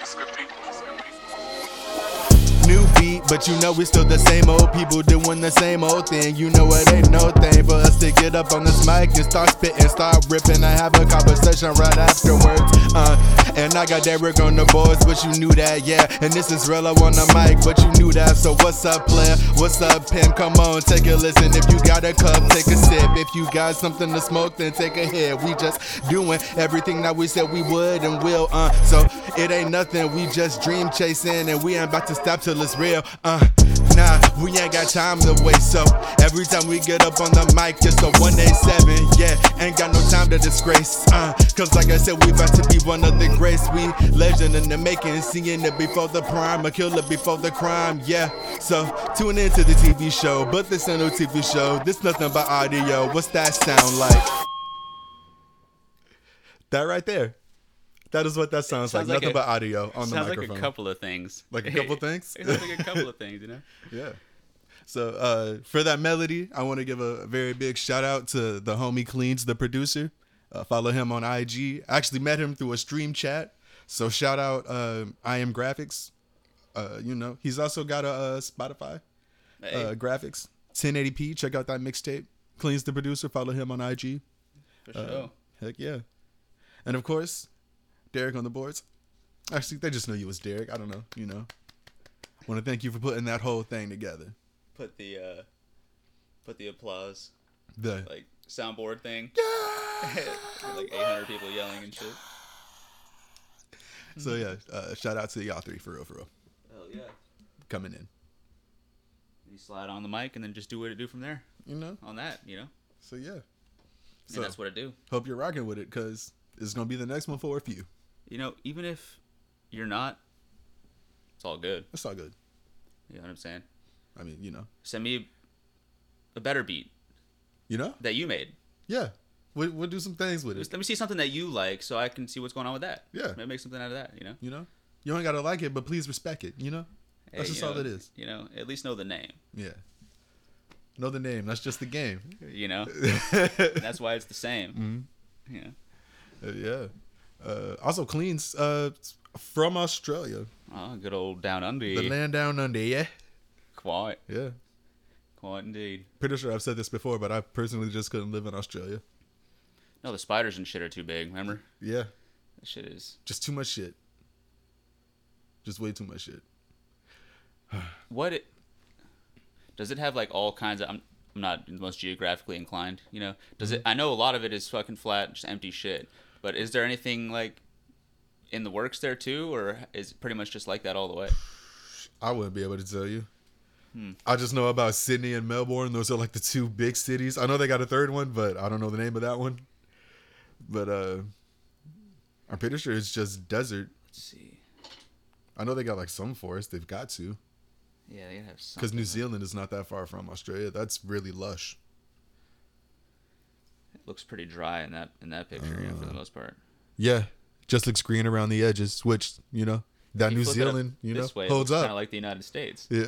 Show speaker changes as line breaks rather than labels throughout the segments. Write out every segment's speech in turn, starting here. It's good people. It's good people.
New beat, but you know we still the same old people doing the same old thing. You know it ain't no thing for us to get up on this mic and start spitting, start ripping, and have a conversation right afterwards. Uh, and I got Derek on the boards, but you knew that, yeah. And this is Rilla on the mic, but you knew that. So what's up, player? What's up, Pim? Come on, take a listen. If you got a cup, take a sip. If you got something to smoke, then take a hit. We just doing everything that we said we would and will. Uh, so it ain't nothing. We just dream chasing, and we ain't about to stop till it's real. Uh, nah, we ain't got time to waste. So every time we get up on the mic, it's a 187. Yeah, ain't got no time to disgrace. Uh, cause like I said, we about to be one of the greats. We legend in the making, seeing it before the prime, a killer before the crime. Yeah, so tune in to the TV show, but this ain't no TV show. This nothing but audio. What's that sound like? That right there. That is what that sounds, like.
Sounds like
Nothing
a-
but audio on the
Sounds
microphone.
like a couple of things.
Like a couple things?
It sounds like a couple of things, you know.
Yeah. So uh, for that melody, I want to give a very big shout out to the homie Cleans, the producer. Uh, follow him on IG. I actually met him through a stream chat. So shout out uh, I am Graphics. Uh, you know, he's also got a, uh Spotify
Hey,
uh, graphics 1080p. Check out that mixtape. Cleans the producer. Follow him on IG.
for
uh,
sure.
Heck yeah. And of course, Derek on the boards. Actually, they just know you was Derek. I don't know. You know. Want to thank you for putting that whole thing together.
Put the uh, put the applause
The
like soundboard thing. like 800 people yelling and shit.
So yeah, uh, shout out to y'all three for real, for real,
Hell yeah.
coming in.
You slide on the mic and then just do what it do from there.
You know.
On that, you know.
So yeah. So
and that's what I do.
hope you're rocking with it, cause it's gonna be the next one for a few.
You know, even if you're not, it's all good.
It's all good.
You know what I'm saying?
I mean, you know,
Send me a better beat
you know.
that you made.
Yeah, we we'll do some things with it.
Just let me see something that you like, so I can see what's going on with that.
Yeah.
Maybe make something out of that. You know.
You know, you ain't gotta like it, but please respect it. You know, that's
Hey,
just
you
all
know,
it is.
You know, at least know the name.
Yeah. Know the name. That's just the game.
You know, that's why it's the same. You know.
Uh, yeah. Uh, also, cleans uh, from Australia,
Oh, good old down under.
the land down under. Yeah.
Quite,
Yeah.
quite indeed.
Pretty sure I've said this before, but I personally just couldn't live in Australia.
No, the spiders and shit are too big. Remember,
Yeah.
that shit is.
Just too much shit. Just way too much shit.
What it does it have like all kinds of? I'm, I'm not the most geographically inclined. You know, does
Mm-hmm.
it? I know a lot of it is fucking flat, just empty shit. But is there anything like in the works there too, or is it pretty much just like that all the way?
I wouldn't be able to tell you. I just know about Sydney and Melbourne. Those are like the two big cities. I know they got a third one, but I don't know the name of that one. But uh I'm pretty sure it's just desert.
Let's see.
I know they got like some forest. They've got to.
Yeah, they have some.
Because New Zealand is not that far from Australia. That's really lush.
It looks pretty dry in that in that picture, you know,
Uh.
for the most part.
Yeah. Just looks green around the edges, which, you know, that
You
New
flip it up
Zealand, you know,
this way, it
holds
looks
up.
Kind of like the United States.
yeah.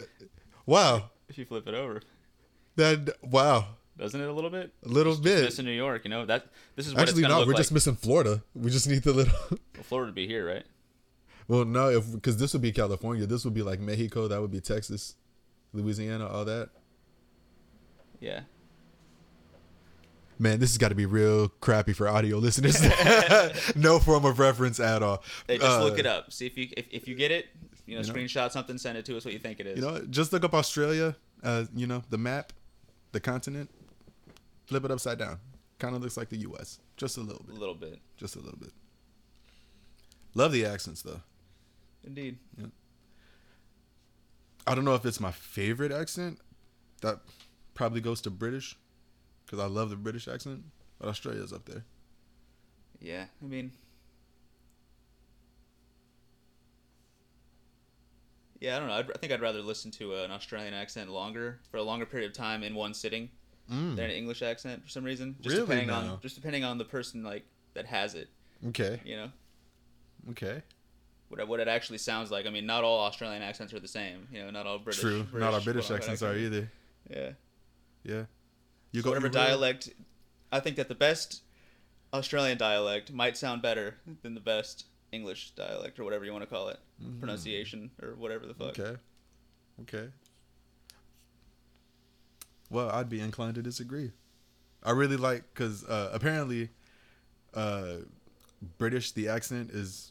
Wow.
If you flip it over,
That wow.
doesn't it a little bit?
A little bit.
Missing New York, you know that. This is what
Actually,
it's gonna
no,
look
we're
like.
just missing Florida. We just need the little.
Well, Florida would be here, right?
well, no, if because this would be California. This would be like Mexico. That would be Texas, Louisiana, all that.
Yeah.
Man, this has got to be real crappy for audio listeners. no form of reference at all.
Hey, just look
Uh,
it up. See if you if, if you get it. You know,
you know?
screenshot something, send it to us. What you think it is?
You know, just look up Australia. Uh, you know the map, the continent. Flip it upside down. Kind of looks like the U.S. Just a little
a
bit.
little bit.
Just a little bit. Love the accents though.
Indeed.
I don't know if it's my favorite accent. That probably goes to British, because I love the British accent. But Australia's up there.
Yeah. I mean. Yeah, I don't know. I'd, I think I'd rather listen to an Australian accent longer for a longer period of time in one sitting than an English accent for some reason. Just
Mm. Really
depending
now?
on just depending on the person like that has it.
Okay.
You know.
Okay.
what it, what it actually sounds like. I mean, not all Australian accents are the same. You know, not all British.
True. Not our
quote
British
unquote,
accents are either.
Yeah.
Yeah. You
So whatever
you were-
dialect, I think that the best Australian dialect might sound better than the best English dialect or whatever you want to call it, pronunciation or whatever the fuck.
Mm-hmm. Okay. Okay. Well, I'd be inclined to disagree. I really like because uh, apparently, uh, British the accent is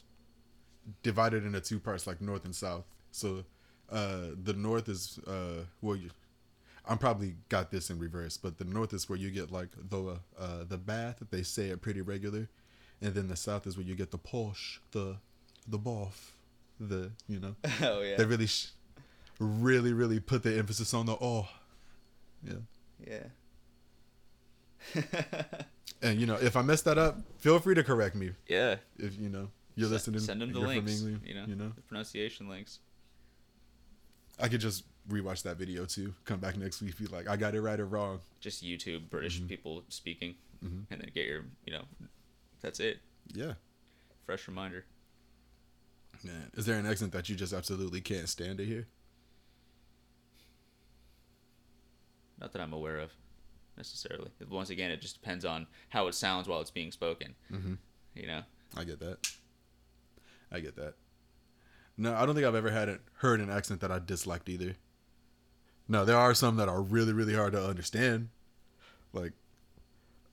divided into two parts, like north and south. So, uh, the north is uh, where you. I'm probably got this in reverse, but the north is where you get like the uh, the bath. They say it pretty regular, and then the south is where you get the posh, the the boff, the you know
Oh yeah,
they really sh- really really put the emphasis on the oh yeah
yeah,
and you know if i mess that up feel free to correct me
yeah.
if you know you're
Se-
listening
Send them the
you're
links.
from England,
you know,
you know
the pronunciation links.
i could just rewatch that video too come back next week be like i got it right or wrong
Just YouTube British
Mm-hmm.
people speaking, and then get your you know, that's it.
yeah
Fresh reminder.
man is there an accent that you just absolutely can't stand to hear
Not that I'm aware of, necessarily. Once again, it just depends on how it sounds while it's being spoken. Mm-hmm. You know,
i get that i get that no i don't think i've ever had it heard an accent that i disliked either no there are some that are really really hard to understand like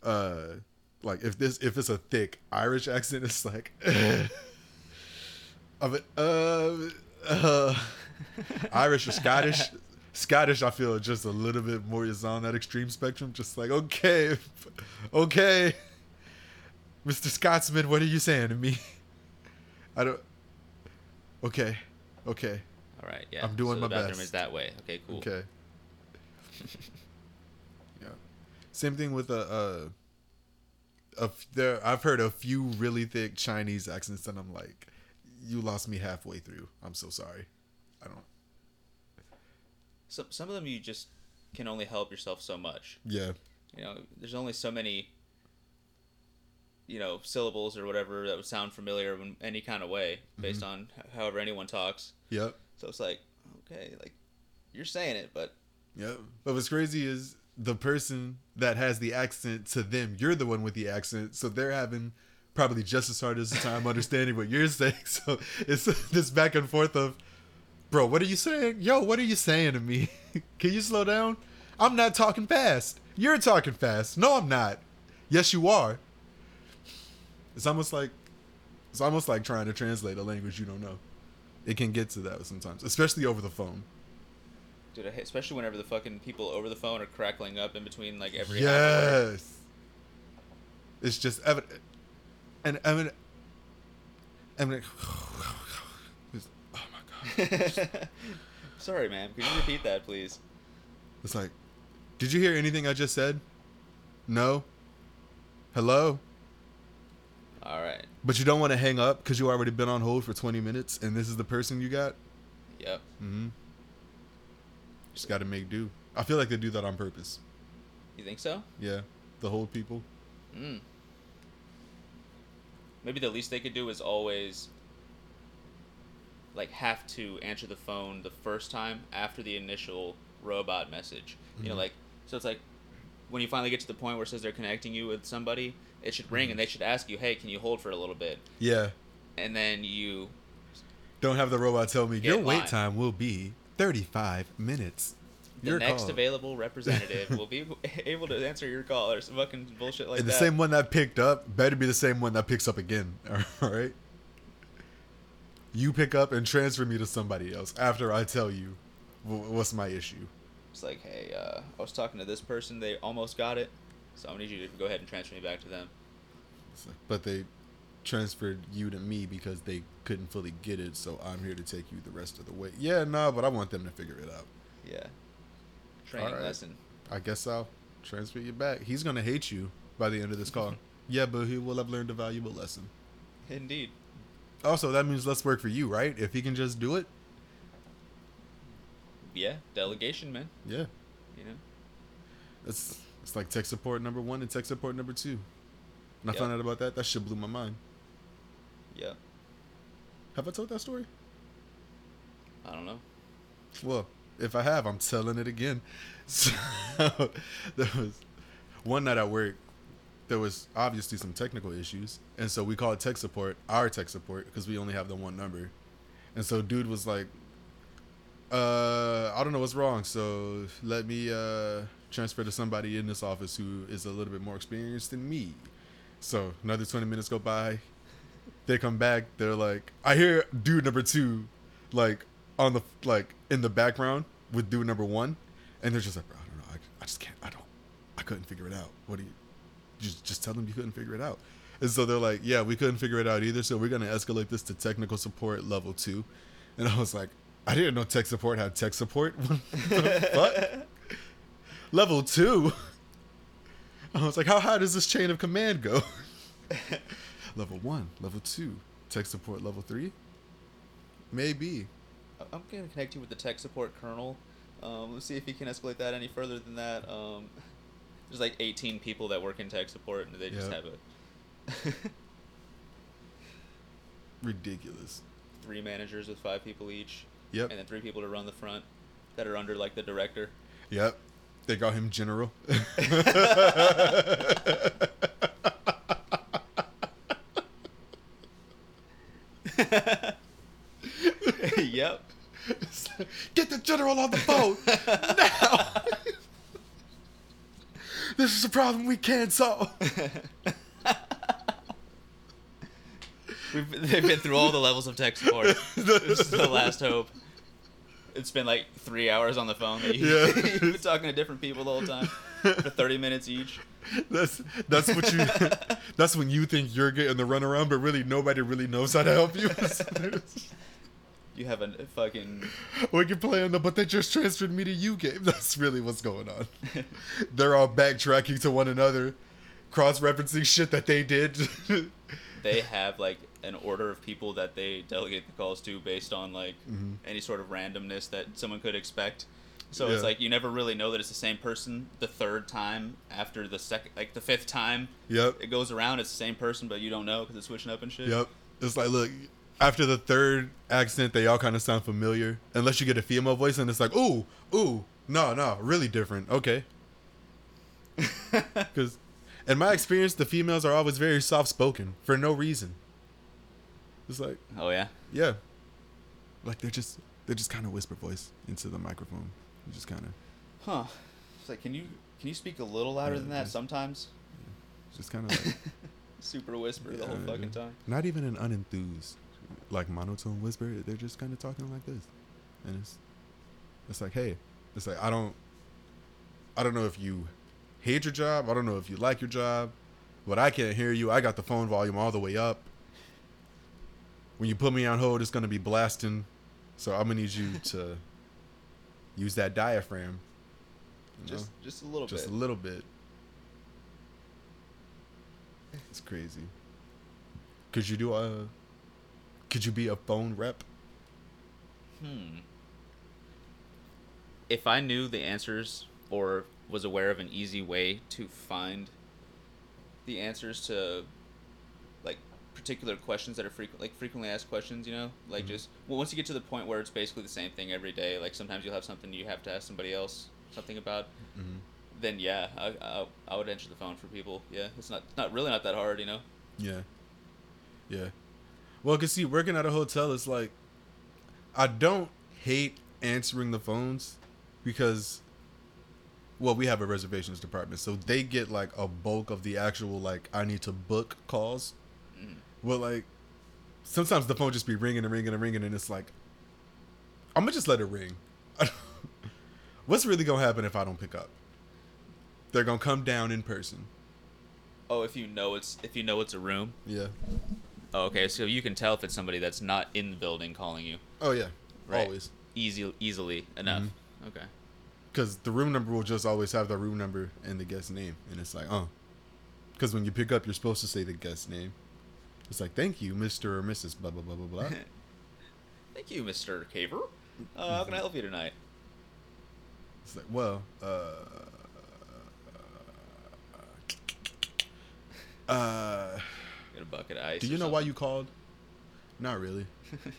uh like if this if it's a thick Irish accent, it's like of it uh, uh Irish or Scottish. Scottish, I feel just a little bit more is on that extreme spectrum. Just like okay, okay, Mister Scotsman, what are you saying to me? I don't. Okay, okay,
all right, yeah.
I'm doing my
so the bathroom
best.
is that way. Okay, cool.
okay. yeah. Same thing with a. Uh, a f- there I've heard a few really thick Chinese accents and I'm like, you lost me halfway through. I'm so sorry. I don't.
Some some of them you just can only help yourself so much.
Yeah.
You know, there's only so many. You know, syllables or whatever that would sound familiar in any kind of way,
Mm-hmm.
based on h- however anyone talks.
Yep.
So it's like, okay, like you're saying it, but
Yep. But what's crazy is the person that has the accent to them, you're the one with the accent, so they're having probably just as hard as a time understanding what you're saying. So it's this back and forth of, bro, what are you saying? Yo, what are you saying to me? Can you slow down? I'm not talking fast. You're talking fast. No, I'm not. Yes, you are. It's almost like it's almost like trying to translate a language you don't know. It can get to that sometimes, especially over the phone.
dude, I hate, especially whenever the fucking people over the phone are crackling up in between like every half word.
Yes. It's just evident. And emin eminent. It's, oh my god.
Sorry, ma'am. Could you repeat that, please?
It's like, did you hear anything I just said? No. Hello.
All right.
But you don't want to hang up because you already been on hold for 20 minutes, and this is the person you got.
Yep.
Mm-hmm. Just got to make do. I feel like they do that on purpose.
You think so?
Yeah, the hold people.
Mm. Maybe the least they could do is always like have to answer the phone the first time after the initial robot message. You
Mm-hmm.
know, like so it's like when you finally get to the point where it says they're connecting you with somebody, it should
Mm-hmm.
ring and they should ask you, "Hey, can you hold for a little bit?"
Yeah.
And then you
Don't have the robot tell me
Get
your wait
live."
time will be 35 minutes.
the
Your
next
call.
available representative will be able to answer your call or some fucking bullshit like
and the
that.
same one that picked up better be the same one that picks up again. All right. You pick up and transfer me to somebody else after I tell you wh- what's my issue.
It's like, hey, uh, I was talking to this person. They almost got it. So I need you to go ahead and transfer me back to them.
It's like, but they transferred you to me because they couldn't fully get it, so I'm here to take you the rest of the way. Yeah, no, but I want them to figure it out.
Yeah. Training
Alright.
lesson.
I guess I'll transfer you back. He's gonna hate you by the end of this call. yeah, but he will have learned a valuable lesson.
Indeed.
Also, that means less work for you, right? If he can just do it,
Yeah. Delegation, man.
yeah.
You know.
It's it's like tech support number one and tech support number two. And I
Yeah.
found out about that. That shit blew my mind.
Yeah.
Have I told that story?
I don't know.
Well, if I have, I'm telling it again. So there was one night at work. there was obviously some technical issues, and so we called tech support, our tech support, because we only have the one number, and so dude was like, uh, I don't know what's wrong, so let me uh, transfer to somebody in this office who is a little bit more experienced than me. So another twenty minutes go by, they come back, they're like, I hear dude number two, like on the like in the background with dude number one, and they're just like, bro, I don't know, I, I just can't, I don't, I couldn't figure it out. What do you? just just tell them you couldn't figure it out. And so they're like, yeah, we couldn't figure it out either. So we're gonna escalate this to technical support level two. And I was like, I didn't know tech support had tech support. What the fuck? Level two. I was like, how high does this chain of command go? level one, level two, tech support level three. Maybe.
I'm gonna connect you with the tech support colonel. Um, let's see if he can escalate that any further than that. Um, there's like 18 people that work in tech support and they just
Yep.
have a
Ridiculous.
three managers with five people each
Yep.
and then three people to run the front that are under like the director
Yep. They got him general.
yep
Get the general on the phone now. this is a problem we can't solve.
We've, they've been through all the levels of tech support this is the last hope it's been like three hours on the phone that you,
Yeah.
you've been talking to different people the whole time for 30 minutes each
That's that's what you. That's when you think you're getting the runaround, but really nobody really knows how to help you.
you have a fucking
we can play on the but they just transferred me to you game. That's really what's going on. They're all backtracking to one another, cross referencing shit that they did.
they have like an order of people that they delegate the calls to based on like
Mm-hmm.
any sort of randomness that someone could expect. So it's
Yeah.
like you never really know that it's the same person the third time after the second, like the fifth time
yep.
it goes around, it's the same person, but you don't know because it's switching up and shit.
Yep. It's like, look, after the third accent, they all kind of sound familiar. Unless you get a female voice, and it's like, ooh, ooh, no, no, really different. Okay. Because, in my experience, the females are always very soft spoken for no reason. It's like,
Oh yeah.
yeah, like they're just they're just kind of whisper voice into the microphone. They're just kind of,
Huh. It's like can you can you speak a little louder than that
Mhm.
sometimes?
just kind of like,
Super whisper the whole
Yeah,
fucking
dude.
time.
Uh, not even an unenthused, like monotone whisper. They're just kind of talking like this, and it's, it's like, hey, it's like I don't, I don't know if you hate your job. I don't know if you like your job, but I can't hear you. I got the phone volume all the way up. When you put me on hold, it's gonna be blasting, so I'm gonna need you to use that diaphragm. you
Just
know?
just a little
just
bit.
a little bit. It's crazy. Could you do a? Could you be a phone rep?
Hmm. If I knew the answers or was aware of an easy way to find the answers to like particular questions that are frequent like frequently asked questions, you know? Like just well once you get to the point where it's basically the same thing every day, like sometimes you'll have something you have to ask somebody else something about,
Mhm.
then yeah, I, I I would answer the phone for people. Yeah, it's not not really not that hard, you know.
Yeah. Yeah. Well, cause see, working at a hotel is like, I don't hate answering the phones, because, well, we have a reservations department, so they get like a bulk of the actual like I need to book calls. Well, like, sometimes the phone just be ringing and ringing and ringing, and it's like, I'm gonna just let it ring. I don't- What's really gonna happen if I don't pick up? They're gonna come down in person.
Oh, if you know it's if you know it's a room.
Yeah.
Oh, okay, so you can tell if it's somebody that's not in the building calling you.
Oh yeah.
Right.
Always.
easy easily enough. Okay.
because the room number will just always have the room number and the guest name, and it's like, oh, because when you pick up, you're supposed to say the guest name. It's like, thank you, Mister or Mrs. Blah blah blah blah blah.
Thank you, Mr. Caver. Uh, how can I help you tonight?
it's like, well, uh, uh,
Get a bucket of ice.
do you know why you called? Not really.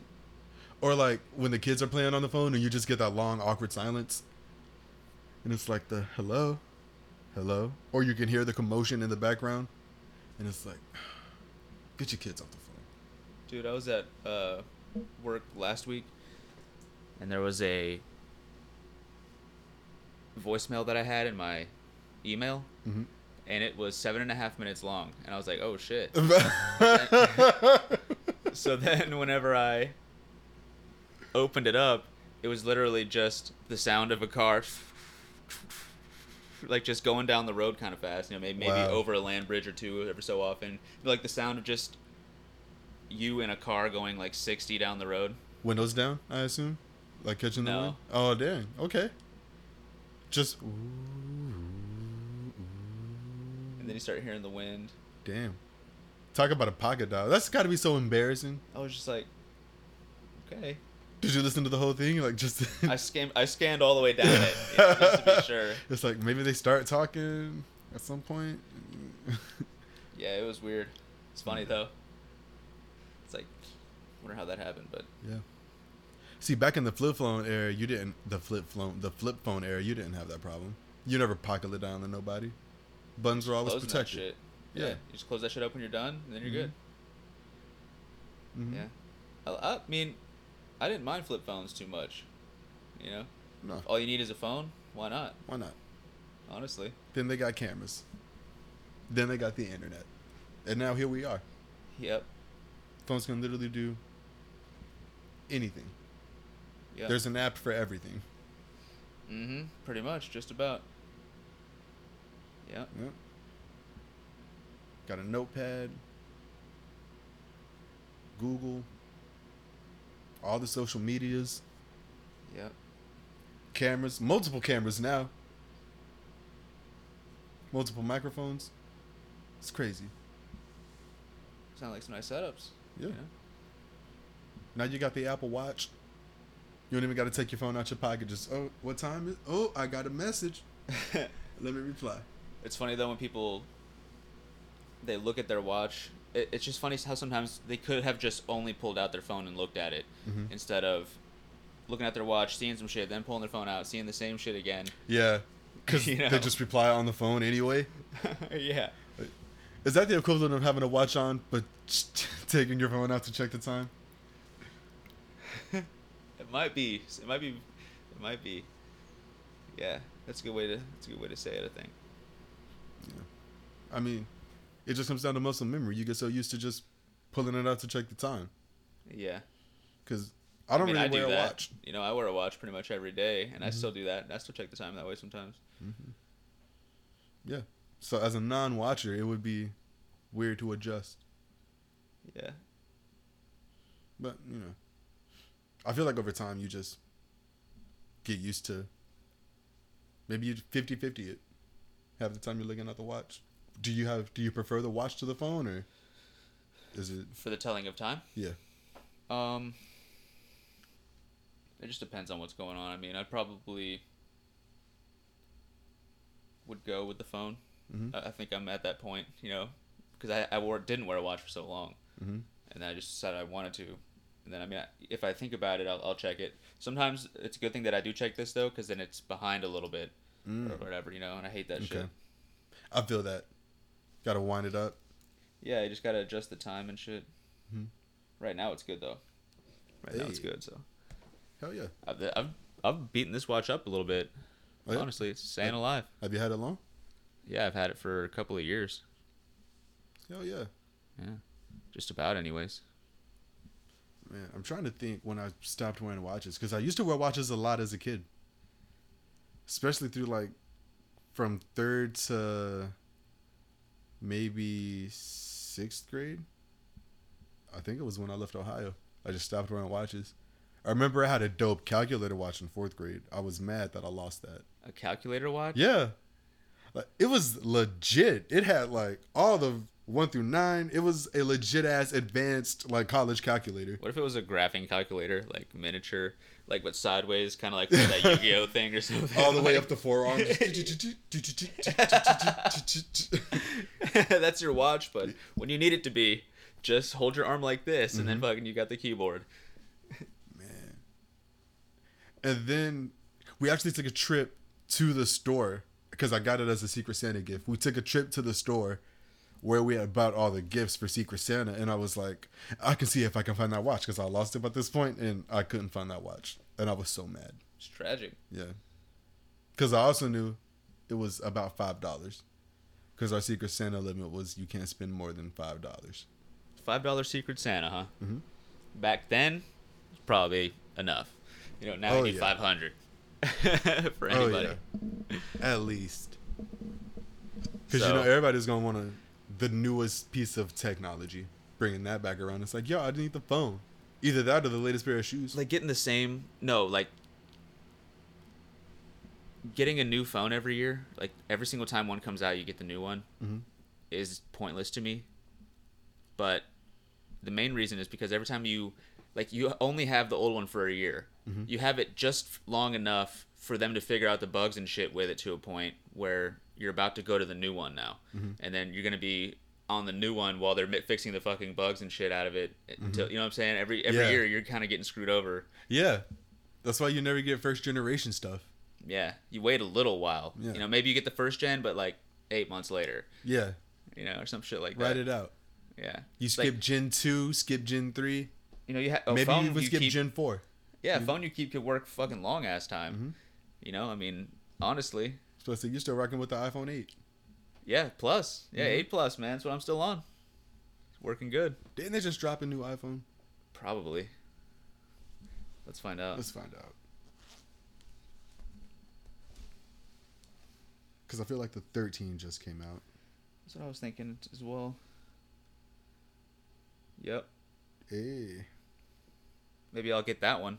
or like when the kids are playing on the phone and you just get that long awkward silence, and it's like the hello, hello, or you can hear the commotion in the background. and it's like, get your kids off the phone.
Dude, I was at uh, work last week, and there was a voicemail that I had in my email, and it was seven and a half minutes long, and I was like, "Oh shit!"
Mm-hmm.
so then, whenever I opened it up, it was literally just the sound of a car, like just going down the road kind of fast. You know, maybe maybe
Wow.
over a land bridge or two every so often. Like the sound of just you in a car going like sixty down the road.
Windows down, I assume, like catching the
No.
wind. Oh dang, okay. Just
and then you start hearing the wind.
damn. Talk about a pocket dial. That's got to be so embarrassing.
I was just like, okay.
Did you listen to the whole thing? Like just.
I scanned, I scanned all the way down it just to be sure.
It's like maybe they start talking at some point.
Yeah, it was weird. It's funny though. It's like, wonder how that happened, but
yeah. See, back in the flip phone era, you didn't the flip phone the flip phone era. You didn't have that problem. You never pocketed down to nobody. Buttons were always
closing that
protected.
shit. Yeah.
Yeah. Mm-hmm.
you just close that shit up when you're done, and then you're good.
Mhm.
Yeah, I, I mean, I didn't mind flip phones too much. You know,
No.
all you need is a phone. Why not?
Why not?
Honestly,
Then they got cameras. Then they got the internet, and now here we are.
yep,
Phones can literally do anything.
yep.
There's an app for everything.
mm-hmm. Pretty much, just about. Yep.
Yep. Got a notepad, Google, all the social medias,
Yep.
cameras, multiple cameras now, multiple microphones. It's crazy.
Sound like some nice setups.
Yeah.
you know?
Now you got the Apple Watch. You don't even got to take your phone out your pocket. Just, oh, what time is Oh, I got a message. Let me reply.
It's funny though when people they look at their watch. It, it's just funny how sometimes they could have just only pulled out their phone and looked at it
Mm-hmm.
instead of looking at their watch, seeing some shit, then pulling their phone out, seeing the same shit again.
Yeah. Because
You know.
they just reply on the phone anyway.
yeah.
Is that the equivalent of having a watch on but taking your phone out to check the time?
It might be. It might be. It might be. Yeah, that's a good way to. That's a good way to say it. I think.
I mean, it just comes down to muscle memory. You get so used to just pulling it out to check the time
Yeah.
because I don't
I mean,
really
I do
wear a
that.
watch. Mm-hmm.
You know, I wear a watch pretty much every day, and I still do that. I still check the time that way sometimes.
Yeah. So as a non-watcher, it would be weird to adjust.
Yeah.
But you know, I feel like over time you just get used to. Maybe you 50-50 it. Half the time you're looking at the watch. Do you have? Do you prefer the watch to the phone or? Is it?
For the telling of time.
Yeah.
Um, it just depends on what's going on. I mean, I probably would go with the phone.
Mm-hmm.
I, I think I'm at that point, you know, because I, I wore didn't wear a watch for so long, mm-hmm. and then I just decided I wanted to. And then I mean, I- if I think about it, I'll, I'll check it. Sometimes it's a good thing that I do check this though, because then it's behind a little bit or whatever, you know. And I hate that shit.
Mm. Okay. I feel that. Got to wind it up.
Yeah, you just gotta adjust the time and shit. Right now it's good though. Right now it's
Mm-hmm. Hey.
good. So.
Hell yeah.
I've, I've I've beaten this watch up a little bit.
Oh, yeah?
Honestly, it's staying alive.
Have you had it long?
Yeah, I've had it for a couple of years.
Hell yeah.
Yeah, just about, anyways.
Man, I'm trying to think when I stopped wearing watches because I used to wear watches a lot as a kid, especially through like from third to maybe sixth grade. I think it was when I left Ohio. I just stopped wearing watches. I remember I had a dope calculator watch in fourth grade. I was mad that I lost that.
A calculator watch.
Yeah. Like, it was legit. It had like all the one through nine. It was a legit ass advanced like college calculator.
What if it was a graphing calculator, like miniature, like but sideways, kind of like that Yu-Gi-Oh thing or something?
All the way up
Like,
the forearm.
that's your watch, but when you need it to be, just hold your arm like this, and
Mm-hmm.
then fucking you got the keyboard.
and then we actually took a trip to the store because I got it as a Secret Santa gift. We took a trip to the store where we had bought all the gifts for Secret Santa, and I was like, I can see if I can find that watch because I lost it by this point, and I couldn't find that watch, and I was so mad.
It's tragic.
Yeah, because I also knew it was about five dollars, because our Secret Santa limit was you can't spend more than five dollars.
Five dollar Secret Santa, huh? Mm-hmm. Back then, it's probably enough. You know, now
Oh,
you need
yeah. Oh,
five hundred for anybody.
at least. Because you
So-
know everybody's gonna want to the newest piece of technology, bringing that back around. It's like, yo, I need the phone. Either that or the latest pair of shoes.
Like getting the same. No, like getting a new phone every year. Like every single time one comes out, you get the new one. Is pointless to me. But the main reason is because every time you, like, you only have the old one for a year. You have it just long enough for them to figure out the bugs and shit with it to a point where you're about to go to the new one now, and then you're gonna be on the new one while they're mi- fixing the fucking bugs and shit out of it eh, until you know what I'm saying. Every every
Yeah.
year you're kind of getting screwed over.
yeah, that's why you never get first generation stuff.
Yeah, you wait a little while.
Yeah.
You know, maybe you get the first gen, but like eight months later,
Yeah,
you know, or some shit like that.
write it out.
Yeah,
You
It's like,
skip Gen two, skip Gen three,
you know, you have a
maybe
phone
you even skip
keep-
Gen four.
Yeah, phone you keep could work fucking long ass time. You know, I mean, honestly,
So I said, you're still rocking with the iPhone eight.
yeah, plus, yeah, eight plus, man, that's what I'm still on. It's working good,
Didn't they just drop a new iPhone?
probably. Let's find out.
Let's find out. Because I feel like the 13 just came out.
That's what I was thinking as well. Yep,
Hey.
maybe I'll get that one.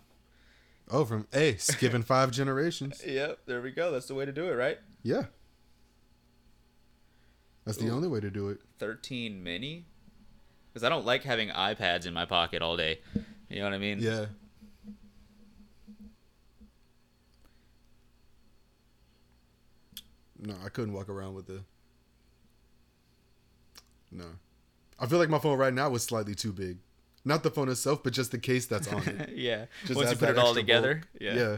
Oh, from A, skipping five generations.
Yep, there we go. That's the way to do it, right?
Yeah. That's the
Ooh.
only way to do it.
13 mini because i don't like having ipads in my pocket all day you know what i mean
Yeah. No, I couldn't walk around with the. No. I feel like my phone right now was slightly too big. Not the phone itself, but just the case that's on it.
yeah
Just
once you
adds
put
that
it all
extra
together
bulk.
yeah.
yeah.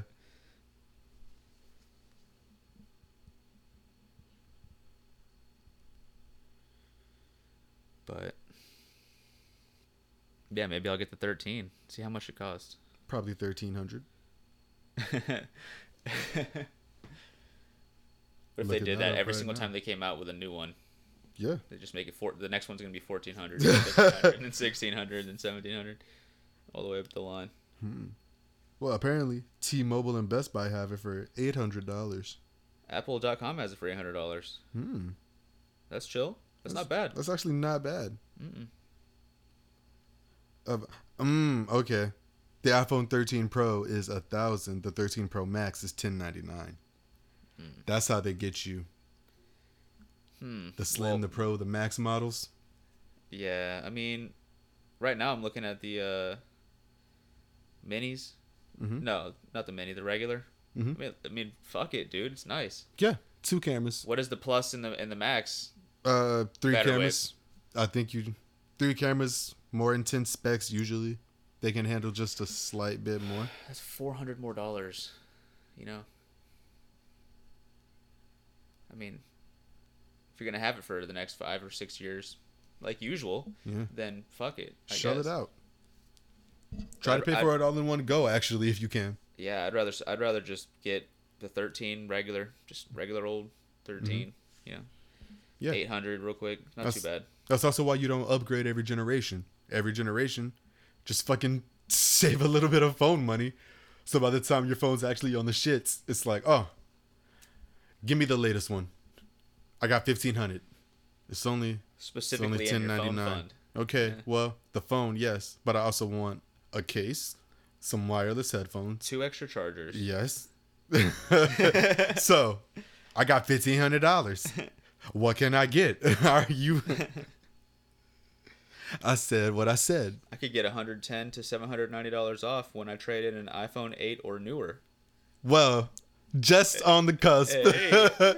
but yeah maybe i'll get the 13 see how much it costs
Probably 1300.
but if
Looking
they
that
did that
up
every
right
single
now.
time they came out with a new one
Yeah.
they just make it four the next one's gonna be 1400 and 1500 and 1600 and 1700 all the way up the line
Well, apparently T-Mobile and Best Buy have it for $800.
apple.com has it for $800 hmm that's chill that's, not bad
That's actually not bad. Of- mm, okay. The iPhone 13 Pro is a thousand. The 13 Pro Max is 1099.
Mm.
That's how they get you. The Slim,
Hmm. Well-
the Pro, the Max models.
Yeah, I mean, right now I'm looking at the uh, minis.
Mm-hmm.
No, not the mini, the regular. I mean, I mean, fuck it, dude. It's nice.
Yeah, two cameras.
What is the plus in the in the max?
Uh, three
Better
cameras. I think you, three cameras, more intense specs usually. They can handle just a slight bit more.
That's four hundred more dollars. You know. I mean, if you're gonna have it for the next five or six years, like usual,
Yeah.
then fuck it. I
Shut
guess.
it out. Try to
I'd-
pay
I'd-
for it all in one go, actually, if you can.
Yeah, I'd rather I'd rather just get the thirteen regular, just regular old 13 You know.
Mm-hmm. Yeah.
800 real quick. Not
That's-
too bad.
That's also why you don't upgrade every generation. Every generation, just fucking save a little bit of phone money. So by the time your phone's actually on the shits, it's like, oh, give me the latest one. I got fifteen hundred. It's only it's only
Specifically in
ten
your
ninety
phone
nine.
fund.
Okay, well the phone, yes, but I also want a case, some wireless headphones.
Two extra chargers.
Yes. so, I got fifteen hundred dollars. What can I get? Are you? I said what I said.
I could get 110 to 790 dollars off when I trade in an iPhone 8 or newer.
Well, just on the cusp.
Hey.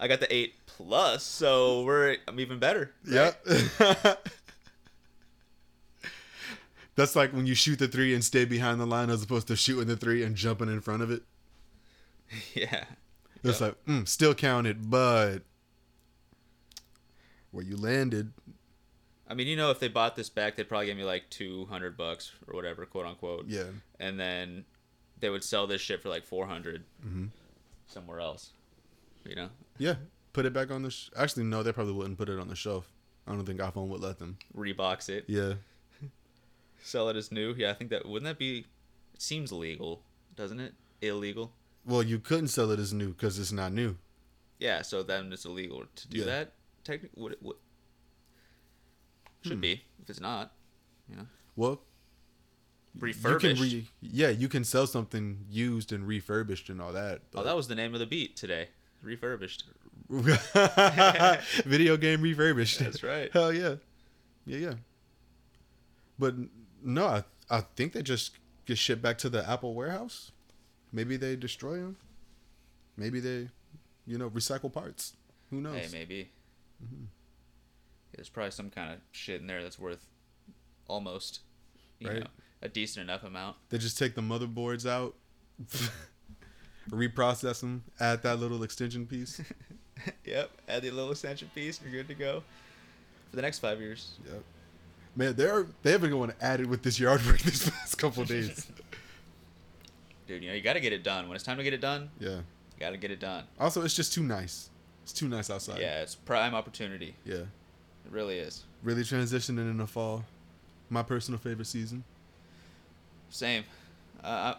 I got the 8 plus, so we're I'm even better.
yep. That's like when you shoot the three and stay behind the line as opposed to shooting the three and jumping in front of it.
Yeah.
It's like mm, still counted, but where you landed.
I mean, you know, if they bought this back, they'd probably give me like two hundred bucks or whatever, quote unquote.
Yeah.
And then they would sell this shit for like four
Mm-hmm.
somewhere else. You know,
Yeah. Put it back on the. Sh- Actually, no, they probably wouldn't put it on the shelf. I don't think iPhone would let them.
rebox it,
Yeah.
sell it as new. Yeah, I think that wouldn't that be? It seems legal, doesn't it? Illegal.
Well, you couldn't sell it as new because it's not new.
Yeah, so then it's illegal to do
Yeah.
that. Technically, would it would should be if it's not, you know,
Well,
refurbished.
Hmm. You can re- yeah, you can sell something used and refurbished and all that.
oh, that was the name of the beat today. Refurbished.
that was video game refurbished.
Oh. That's right.
Hell yeah, yeah yeah. But no, I I think they just get shipped back to the Apple warehouse. Maybe they destroy them. Maybe they, you know, recycle parts. Who knows?
Hey, maybe. Mm-hmm. Yeah, there's probably some kind of shit in there that's worth almost, you
Right.
know, a decent enough amount.
They just take the motherboards out, reprocess them, add that little extension piece.
Yep. Add the little extension piece, you're good to go for the next five years.
Yep. Man, they're they have been going at it with this yard work these past couple days.
Dude, you know, you got to get it done. When it's time to get it done,
Yeah.
you got to get it done.
Also, it's just too nice. It's too nice outside.
Yeah, it's prime opportunity.
Yeah.
It really is.
Really transitioning in the fall. My personal favorite season.
Same. Uh, I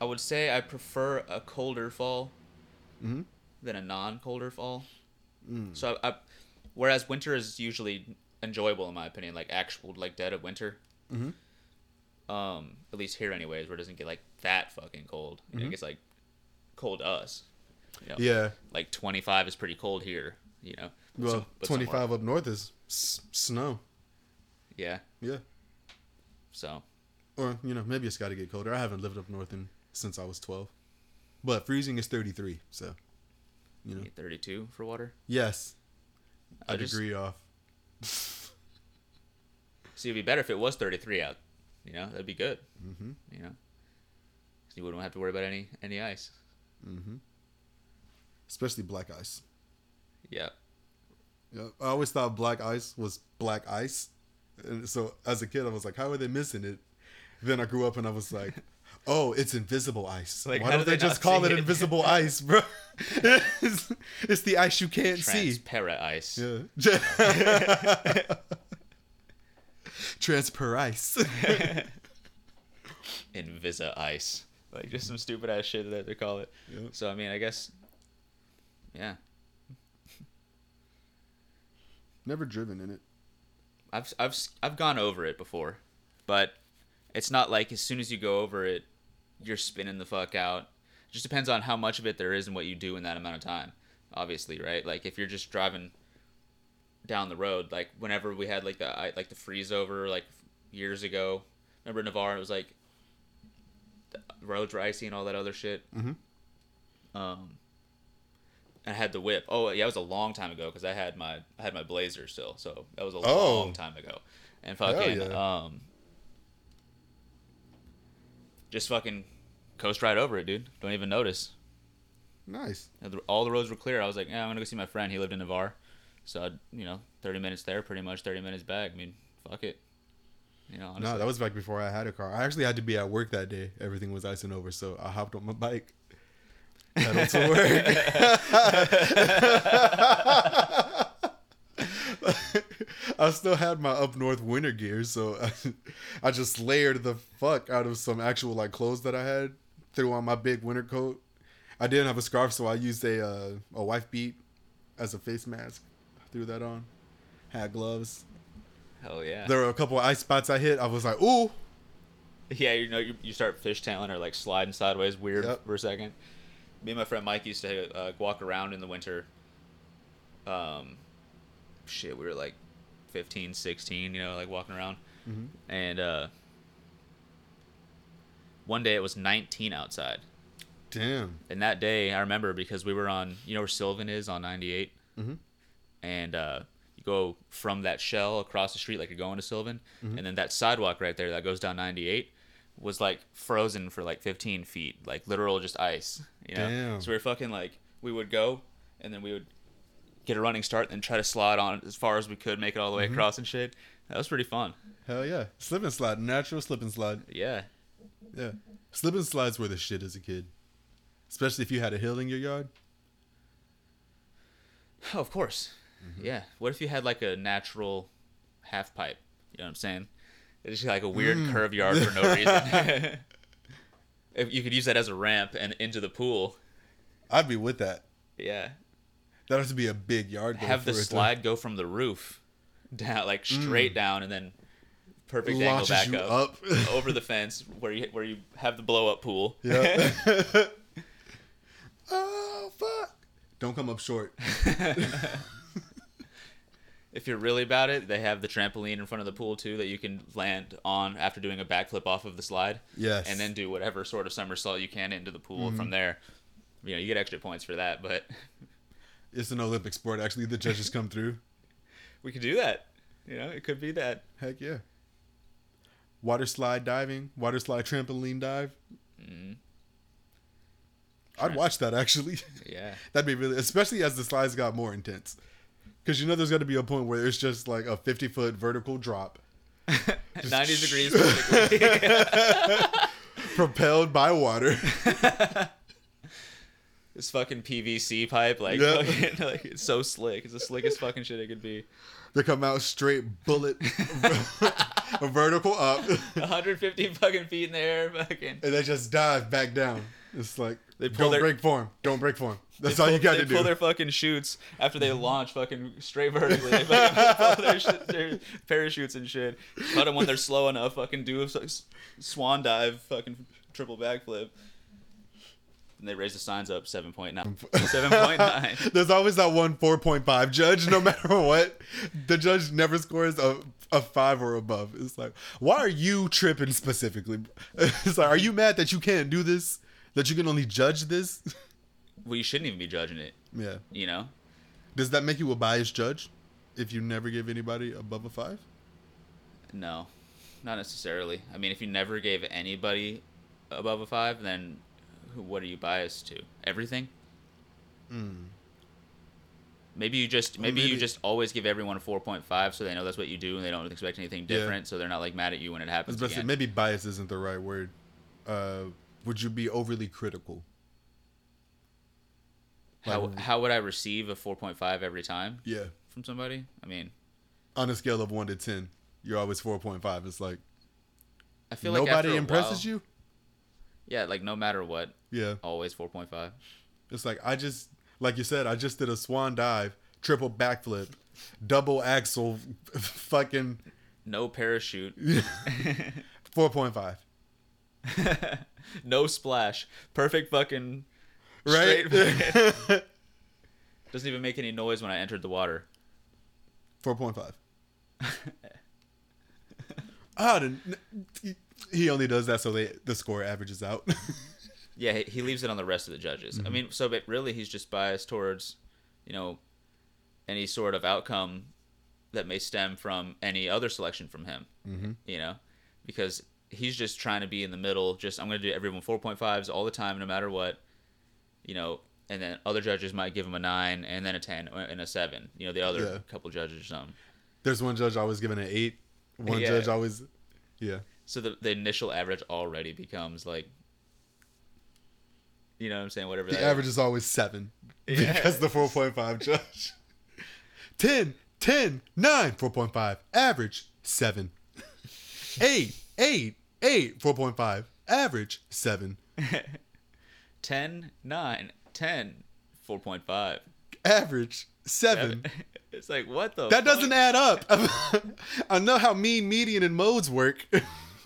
I would say I prefer a colder fall
Mhm.
than a non-colder fall. So, I, I, whereas winter is usually enjoyable in my opinion, like actual like dead of winter. Um, at least here, anyways, where it doesn't get like that fucking cold. You know, It gets like cold to us. You know?
Yeah.
Like twenty-five is pretty cold here. You know. but
Well,
some- but somewhere-
25 up north is s- snow.
Yeah.
Yeah.
So.
Or, you know, maybe it's got to get colder. I haven't lived up north in, since I was 12. But freezing is 33. So, you know.
you get Thirty-two for water.
Yes.
I
A
just-
degree off.
See, it'd be better if it was 33 out. You know, that'd be good. Mm-hmm. You know, 'Cause you wouldn't have to worry about any any ice.
Especially black ice.
Yeah.
Yep. I always thought black ice was black ice. And so as a kid, I was like, how are they missing it? Then I grew up and I was like, oh, it's invisible ice.
Like,
Why
how
don't
do
they,
they
just
not
call
see
it
it?
invisible ice, bro? it's, it's the ice you can't see.
Transparent ice.
Yeah. Transper ice.
Invisa ice. Like just some stupid ass shit that they call it.
Yep.
So I mean, I guess. Yeah,
Never driven in it.
I've I've s- I've gone over it before, but it's not like as soon as you go over it, you're spinning the fuck out. It just depends on how much of it there is and what you do in that amount of time. Obviously, right? Like if you're just driving down the road, like whenever we had like the I- like the freeze over like years ago. Remember Navarre? It was like the roads were icy and all that other shit. Mm-hmm. Um, I had the whip. Oh yeah, it was a long time ago because I had my I had my blazer still, so that was a
Oh.
long time ago. And fucking
yeah.
um, just fucking coast right over it, dude. Don't even notice.
Nice.
And the- All the roads were clear. I was like, yeah, I'm gonna go see my friend. He lived in Navarre, so I'd, you know, 30 minutes there, pretty much 30 minutes back. I mean, fuck it. You know, honestly.
No, that was back before I had a car. I actually had to be at work that day. Everything was icing over, so I hopped on my bike. Pedaled to work. I still had my up north winter gear, so I, I just layered the fuck out of some actual like clothes that I had. Threw on my big winter coat. I didn't have a scarf, so I used a uh, a wife beat as a face mask. Threw that on. Had gloves.
hell yeah.
There were a couple of ice spots I hit. I was like, ooh.
Yeah, you know, you, you start fishtailing or like sliding sideways weird
Yep.
for a second. Me and my friend Mike used to uh, walk around in the winter. Um, shit, we were like 15, 16, you know, like walking around. And uh, one day it was 19 outside.
Damn.
And that day, I remember because we were on, you know where Sylvan is on 98? Mm-hmm. And uh, you go from that shell across the street, like you're going to Sylvan. And then that sidewalk right there that goes down 98 was like frozen for like 15 feet, like literal just ice. You know?
Damn.
So we were fucking like, we would go and then we would get a running start, then try to slide on as far as we could, make it all the way across and shit. That was pretty fun.
Hell yeah. Slip and slide. Natural slip and slide.
Yeah.
Yeah. Slip and slides were the shit as a kid. Especially if you had a hill in your yard.
Oh, of course.
Mm-hmm.
Yeah. What if you had like a natural half pipe? You know what I'm saying? It's just like a weird
Mm.
curve yard for no reason. if you could use that as a ramp and into the pool.
I'd be with that.
Yeah.
That'd have to be a big yard. though
Have the
for it to
slide go from the roof down, like straight down, and then perfect angle
Launches
back
you
up,
up.
over the fence where you where you have the blow up pool.
Yeah. oh, fuck. Don't come up short.
If you're really about it, they have the trampoline in front of the pool too that you can land on after doing a backflip off of the slide.
Yes. Mm-hmm.
And then do whatever sort of somersault you can into the pool from there. You know, you get extra points for that, but
It's an Olympic sport, actually. The judges come through.
we could do that. You know, it could be that.
Heck yeah. Water slide diving, water slide trampoline dive.
Mm-hmm.
I'd watch that actually.
Yeah.
That'd be really, especially as the slides got more intense. Because you know there's got to be a point where it's just like a 50 foot vertical drop
Ninety degrees perfectly.
propelled by water.
this fucking PVC pipe, like,
Yeah.
fucking, like it's so slick. It's the slickest fucking shit it could be.
they come out straight bullet vertical up
150 fucking feet in the air, fucking.
and they just dive back down. It's like,
They pull
don't
their-
break form. Don't break form. That's all
pull-
you got
they
to do.
pull their fucking chutes after they launch fucking straight vertically. They fucking pull their, shit, their parachutes and shit. Cut them when they're slow enough. Fucking do a s- swan dive, fucking triple backflip. And they raise the signs up 7.9. 7.9.
There's always that one 4.5 judge, no matter what. The judge never scores a, a five or above. It's like, why are you tripping specifically? It's like, are you mad that you can't do this? That you can only judge this?
Well, you shouldn't even be judging it,
Yeah.
you know?
Does that make you a biased judge if you never give anybody above a five?
No, not necessarily. I mean, if you never gave anybody above a five, then who- what are you biased to? Everything. Maybe you just maybe, you
Hmm. maybe-
just always give everyone a four point five, so they know that's what you do, and they don't expect anything
Yeah.
different, so they're not like mad at you when it happens
It's best-
again.
Maybe bias isn't the right word. Uh, would you be overly critical?
how
Like-
how would I receive a four point five every time
Yeah.
from somebody? I mean,
On a scale of one to 10, you're always 4.5. It's like,
I feel like
nobody
after a
impresses
while-
you?
Yeah, like no matter what,
Yeah.
always four point five.
It's like I just like you said, I just did a swan dive, triple backflip, double axle, fucking
No parachute,
four point five.
no splash, perfect fucking
Right?
Straight- Doesn't even make any noise when I entered the water.
Four point five. Ah, the- he only does that so they the score averages out.
Yeah, he- he leaves it on the rest of the judges. I mean, so but really, he's just biased towards, you know, any sort of outcome that may stem from any other selection from him. Mm-hmm. You know, because he's just trying to be in the middle. Just I'm going to do everyone 4.5s all the time, no matter what. You know, and then other judges might give him a nine, and then a ten, or- and a seven. You know, the other
Yeah.
couple judges or something.
There's one judge always giving an eight. One
Yeah.
judge always, yeah.
so the, the initial average already becomes like you know what i'm saying whatever
The
that
average is always seven because the four point five judge. 10, 10, 9, 4.5, average, 7. 8, 8, 8, 4.5, average, 7,
10 9 10 4.5
average, 7.
it's like what the
Mm. That
fuck?
doesn't add up. I know how mean, median, and modes work.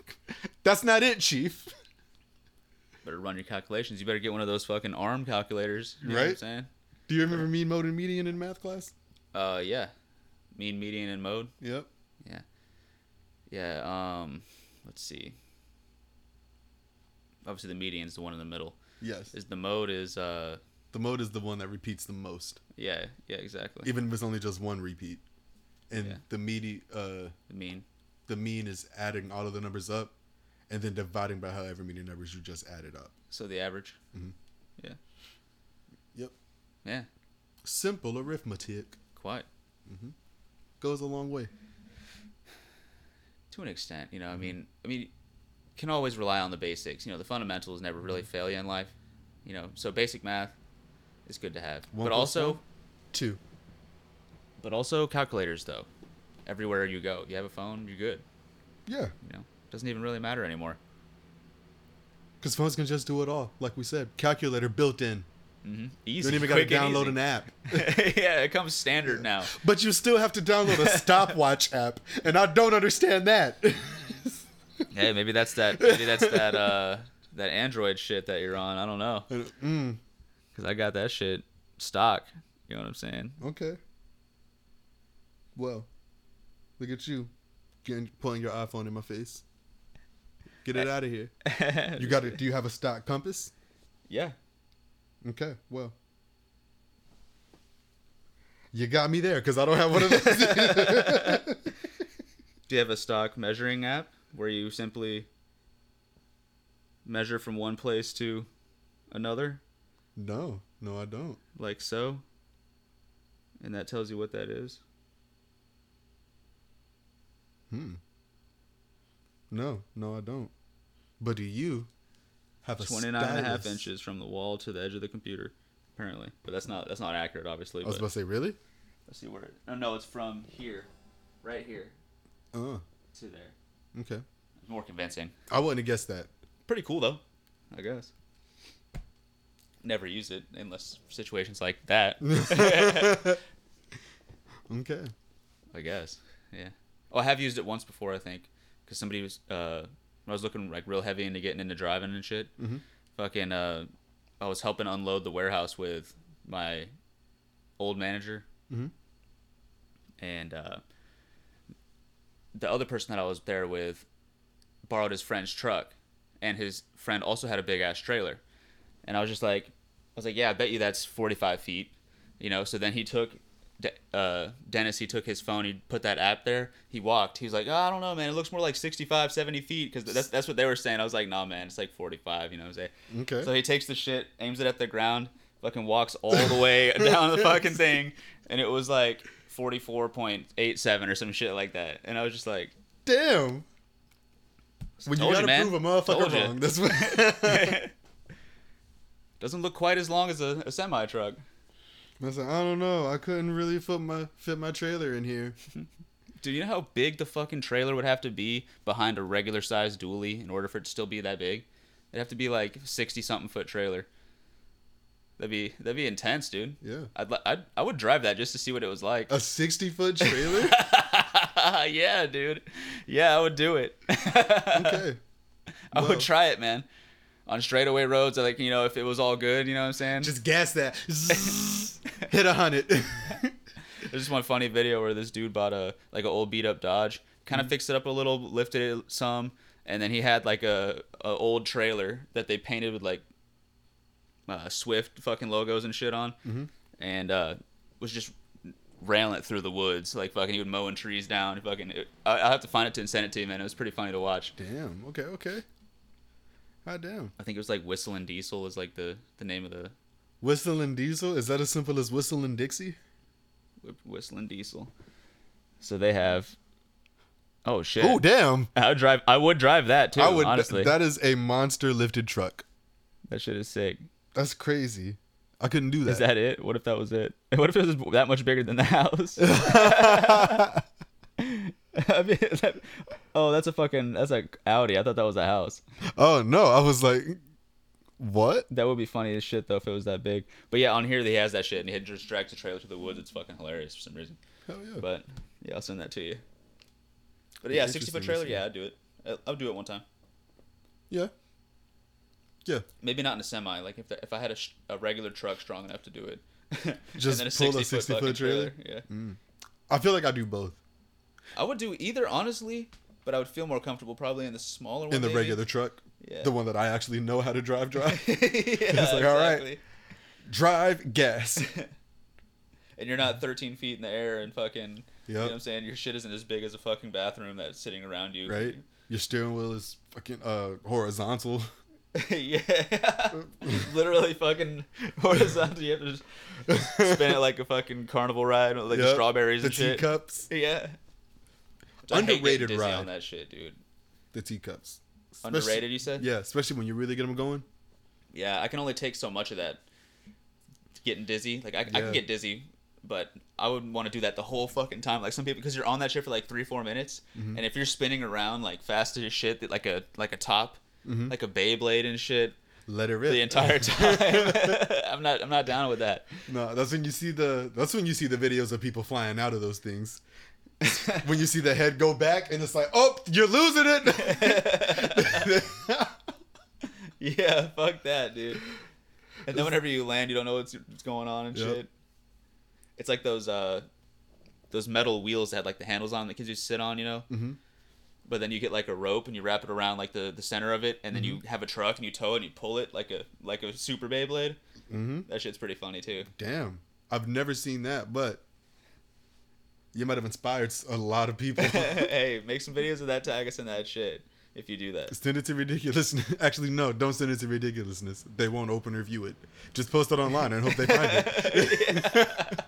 That's not it, Chief.
better run your calculations you better get one of those fucking arm calculators you know what i'm
Right?
saying
Do you remember mean, mode, and median in math class?
uh yeah mean median and mode
Yep.
yeah yeah um let's see obviously the median's the one in the middle
Yes.
is the mode is uh
The mode is the one that repeats the most,
yeah yeah exactly
even if it's only just one repeat. And
Yeah.
the medi- uh,
the mean
the mean is adding all of the numbers up and then dividing by however many numbers you just added up.
so the average yeah
Yep.
yeah
Simple arithmetic
Quite.
goes a long way.
to an extent you know i mean i mean you can always rely on the basics you know the fundamentals never really fail you in life you know so basic math is good to have
One plus
but also
one? Two.
but also calculators though everywhere you go you have a phone you're good
Yeah.
you know doesn't even really matter anymore
Because phones can just do it all. Like we said, calculator built in. You
easy
don't even got to
quick, and
download
easy.
an app.
yeah it comes standard now
But you still have to download a stopwatch app, and I don't understand that.
hey maybe that's that maybe that's that uh that android shit that you're on i don't know
mm,
because i got that shit stock you know what i'm saying
okay. Well, look at you getting pulling your iPhone in my face. Get it out of here. You got it. Do you have a stock compass?
yeah
Okay. Well, you got me there because I don't have one of those.
Do you have a stock measuring app where you simply measure from one place to another,
no, no, I don't.
like so? And that tells you what that is?
No, no, I don't. But do you have a
29 and a half
stylus?
inches from the wall to the edge of the computer, apparently. But that's not that's not accurate, obviously.
I was
But
about to say, really?
let's see where it, No, no, it's from here, right here,
Uh,
to there.
okay.
It's more convincing.
I wouldn't have guessed that.
Pretty cool, though, I guess. Never use it unless situations like that.
Okay.
I guess. Yeah. Oh, I have used it once before, I think, because somebody was uh, when I was looking like real heavy into getting into driving and shit. Mm-hmm. Fucking, uh, I was helping unload the warehouse with my old manager, mm-hmm. and uh, the other person that I was there with borrowed his friend's truck, and his friend also had a big ass trailer, and I was just like, I was like, yeah, I bet you that's forty five feet, you know. So then he took, De- uh, Dennis, he took his phone, he put that app there, he walked, he was like, oh, I don't know, man, it looks more like 65, 70 feet, because that's that's what they were saying. I was like, nah, man, it's like forty five, you know what I'm saying?
Okay.
So he takes the shit, aims it at the ground, fucking walks all the way down the fucking thing, and it was like forty four point eight seven or some shit like that, and I was just like.
Damn. When you
Told you,
gotta
man.
prove a motherfucker
Told you.
wrong, that's what.
Doesn't look quite as long as a, a semi truck.
Listen, I don't know. I couldn't really fit my fit my trailer in here.
Dude, you know how big the fucking trailer would have to be behind a regular sized dually in order for it to still be that big? It'd have to be like sixty something foot trailer. That'd be that'd be intense, dude.
Yeah.
I'd, li- I'd I would drive that just to see what it was like.
A sixty foot trailer.
yeah, dude. Yeah, I would do it.
okay.
I
Well.
would try it, man. On straightaway roads, like you know, if it was all good, you know what I'm saying?
Just gas that. Zzz. Hit a hundred.
There's this one funny video where this dude bought a like an old beat up Dodge, kind
Mm-hmm.
of fixed it up a little, lifted it some, and then he had like a, a old trailer that they painted with like uh, Swift fucking logos and shit on,
Mm-hmm.
and uh, was just railing it through the woods, like fucking he would mowing trees down. Fucking, it, I, I'll have to find it to send it to you, man. It was pretty funny to watch.
damn. Okay. Okay. God damn.
I think it was like Whistling Diesel is like the the name of the
Whistling diesel. Is that as simple as whistling Dixie?
Whistling Diesel. So they have. Oh shit!
Oh damn.
I would drive. I would drive that too.
I would.
honestly.
That is a monster lifted truck.
That shit is sick.
That's crazy. I couldn't do
Is that it? What if that was it? What if it was that much bigger than the house? I mean, that- oh, that's a fucking that's a Audi. I thought that was a house.
Oh no. I was like, what?
That would be funny as shit though if it was that big. But yeah, on here he has that shit and he just drags the trailer to the woods. It's fucking hilarious for some reason.
Hell yeah.
But yeah, I'll send that to you. But yeah, sixty
interesting
foot
to
trailer.
see.
Yeah, I'd do it. I- I'll do it one time.
Yeah. Yeah.
Maybe not in a semi. Like if the, if I had a, sh- a regular truck strong enough to do it. And
Just
then
pull a
60-foot
60-foot
fucking
trailer? Mm.
Yeah.
I feel like I do both
I would do either, honestly, but I would feel more comfortable probably in the smaller one.
in the
maybe.
regular truck.
Yeah.
The one that I actually know how to drive, drive,
yeah,
like, all right.
exactly.
drive, gas.
And you're not 13 feet in the air and fucking. You know
Yep.
what I'm saying? Your shit isn't as big as a fucking bathroom that's sitting around you.
Right? Your steering wheel is fucking uh, horizontal.
yeah. Literally fucking horizontal. You have to just spin it like a fucking carnival ride, with, like the
Yep.
strawberries
the
and shit.
teacups,
Yeah. Which I hate
Underrated
getting dizzy
ride.
on that shit, dude.
the teacups. Especially-
Underrated, you said?
Yeah, especially when you really get them going.
Yeah, I can only take so much of that. Getting dizzy, like I, I
Yeah.
can get dizzy, but I wouldn't want to do that the whole fucking time. Like some people, because you're on that shit for like three, four minutes,
Mm-hmm.
and if you're spinning around like fast as shit, that- like a like a top,
Mm-hmm.
like a Beyblade and shit,
Let it rip.
the entire time. I'm not I'm not down with that.
no, that's when you see the that's when you see the videos of people flying out of those things. when you see the head go back and it's like, oh, you're losing it.
Yeah, fuck that, dude. And then whenever you land, you don't know what's, what's going on and
Yep.
shit. It's like those uh, those metal wheels that had like the handles on that kids used to sit on, you know. Mm-hmm. But then you get like a rope and you wrap it around like the, the center of it, and then you have a truck and you tow it and you pull it like a like a super Beyblade. Mm-hmm. That shit's pretty funny too.
Damn, I've never seen that, but you might have inspired s- a lot of people.
hey, make some videos of that, tag us in that shit if you do that.
Send it to ridiculousness. Actually, no, don't send it to ridiculousness. They won't open or view it. Just post it online and hope they find it.